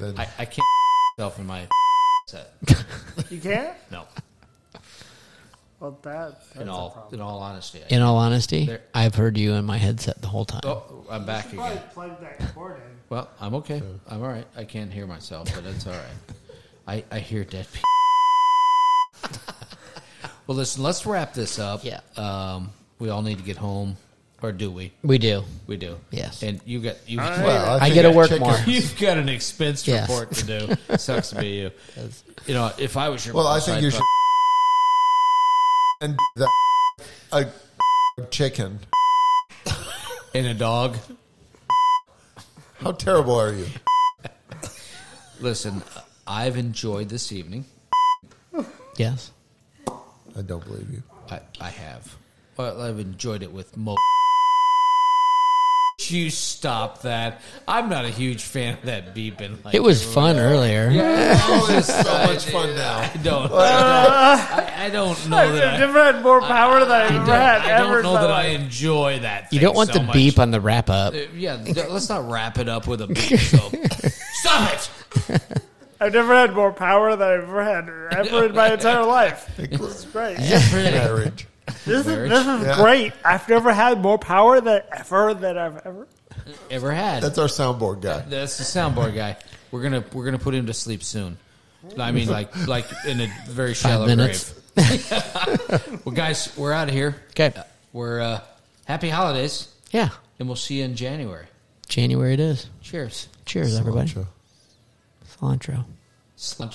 Speaker 3: Then
Speaker 5: I, I can't [LAUGHS] myself in my [LAUGHS] set.
Speaker 6: You can't?
Speaker 5: No,
Speaker 6: Well, that that's
Speaker 5: in
Speaker 6: a
Speaker 5: all
Speaker 6: problem.
Speaker 5: in all honesty, I,
Speaker 4: In all honesty,
Speaker 5: There-
Speaker 4: I've heard you in my headset the whole time.
Speaker 5: oh, I'm back again.
Speaker 6: Probably plug that cord in.
Speaker 5: Well, I'm okay. I'm all right. I can't hear myself, but it's all right. I, I hear dead [LAUGHS] people. well, listen, let's wrap this up.
Speaker 4: Yeah.
Speaker 5: Um, we all need to get home, or do we?
Speaker 4: We do.
Speaker 5: We do.
Speaker 4: Yes.
Speaker 5: And you got you.
Speaker 3: Well,
Speaker 4: I
Speaker 3: think
Speaker 4: get to work
Speaker 3: check
Speaker 4: more.
Speaker 3: it-
Speaker 5: [LAUGHS] You've got an expense
Speaker 4: Yes.
Speaker 5: report to do. Sucks to be you. You know, if I was your
Speaker 3: [LAUGHS] Well, I
Speaker 5: boss,
Speaker 3: think
Speaker 5: I'd
Speaker 3: you
Speaker 5: prob-
Speaker 3: should and do that a chicken
Speaker 5: and a dog.
Speaker 3: How terrible are you?
Speaker 5: Listen, I've enjoyed this evening.
Speaker 4: Yes.
Speaker 3: I don't believe you.
Speaker 5: I, I have. Well, I've enjoyed it with Mo. You stop that. I'm not a huge fan of that beeping. Like,
Speaker 4: It was fun earlier. [LAUGHS]
Speaker 5: Oh, it's
Speaker 3: So much fun now.
Speaker 5: I don't.
Speaker 6: [LAUGHS]
Speaker 5: I, I don't know
Speaker 6: I've
Speaker 5: that. I,
Speaker 6: never had more power than I've
Speaker 5: I
Speaker 6: ever
Speaker 5: don't,
Speaker 6: had.
Speaker 5: I don't
Speaker 6: ever in
Speaker 5: know
Speaker 6: my
Speaker 5: that I
Speaker 6: life.
Speaker 5: enjoy that.
Speaker 4: You
Speaker 5: thing
Speaker 4: don't want
Speaker 5: so
Speaker 4: the
Speaker 5: much. Uh,
Speaker 4: beep on the wrap up.
Speaker 5: Yeah, d- let's not wrap it up with a beep.
Speaker 4: [LAUGHS]
Speaker 5: So. Stop it.
Speaker 6: I've never had more power than I've ever had ever in my entire life. This is great.
Speaker 3: Marriage.
Speaker 6: This is, this is great. I've never had more power than ever that I've ever.
Speaker 5: Ever had?
Speaker 3: That's our soundboard guy.
Speaker 5: That's the soundboard guy. We're gonna we're gonna put him to sleep soon. I mean, like like in a very shallow
Speaker 4: minutes.
Speaker 5: grave. [LAUGHS] well, guys, we're out of here.
Speaker 4: Okay.
Speaker 5: We're uh, happy holidays,
Speaker 4: Yeah.
Speaker 5: and we'll see you in January.
Speaker 4: January it is.
Speaker 5: Cheers.
Speaker 4: Cheers, everybody. Cilantro.
Speaker 5: Slunch.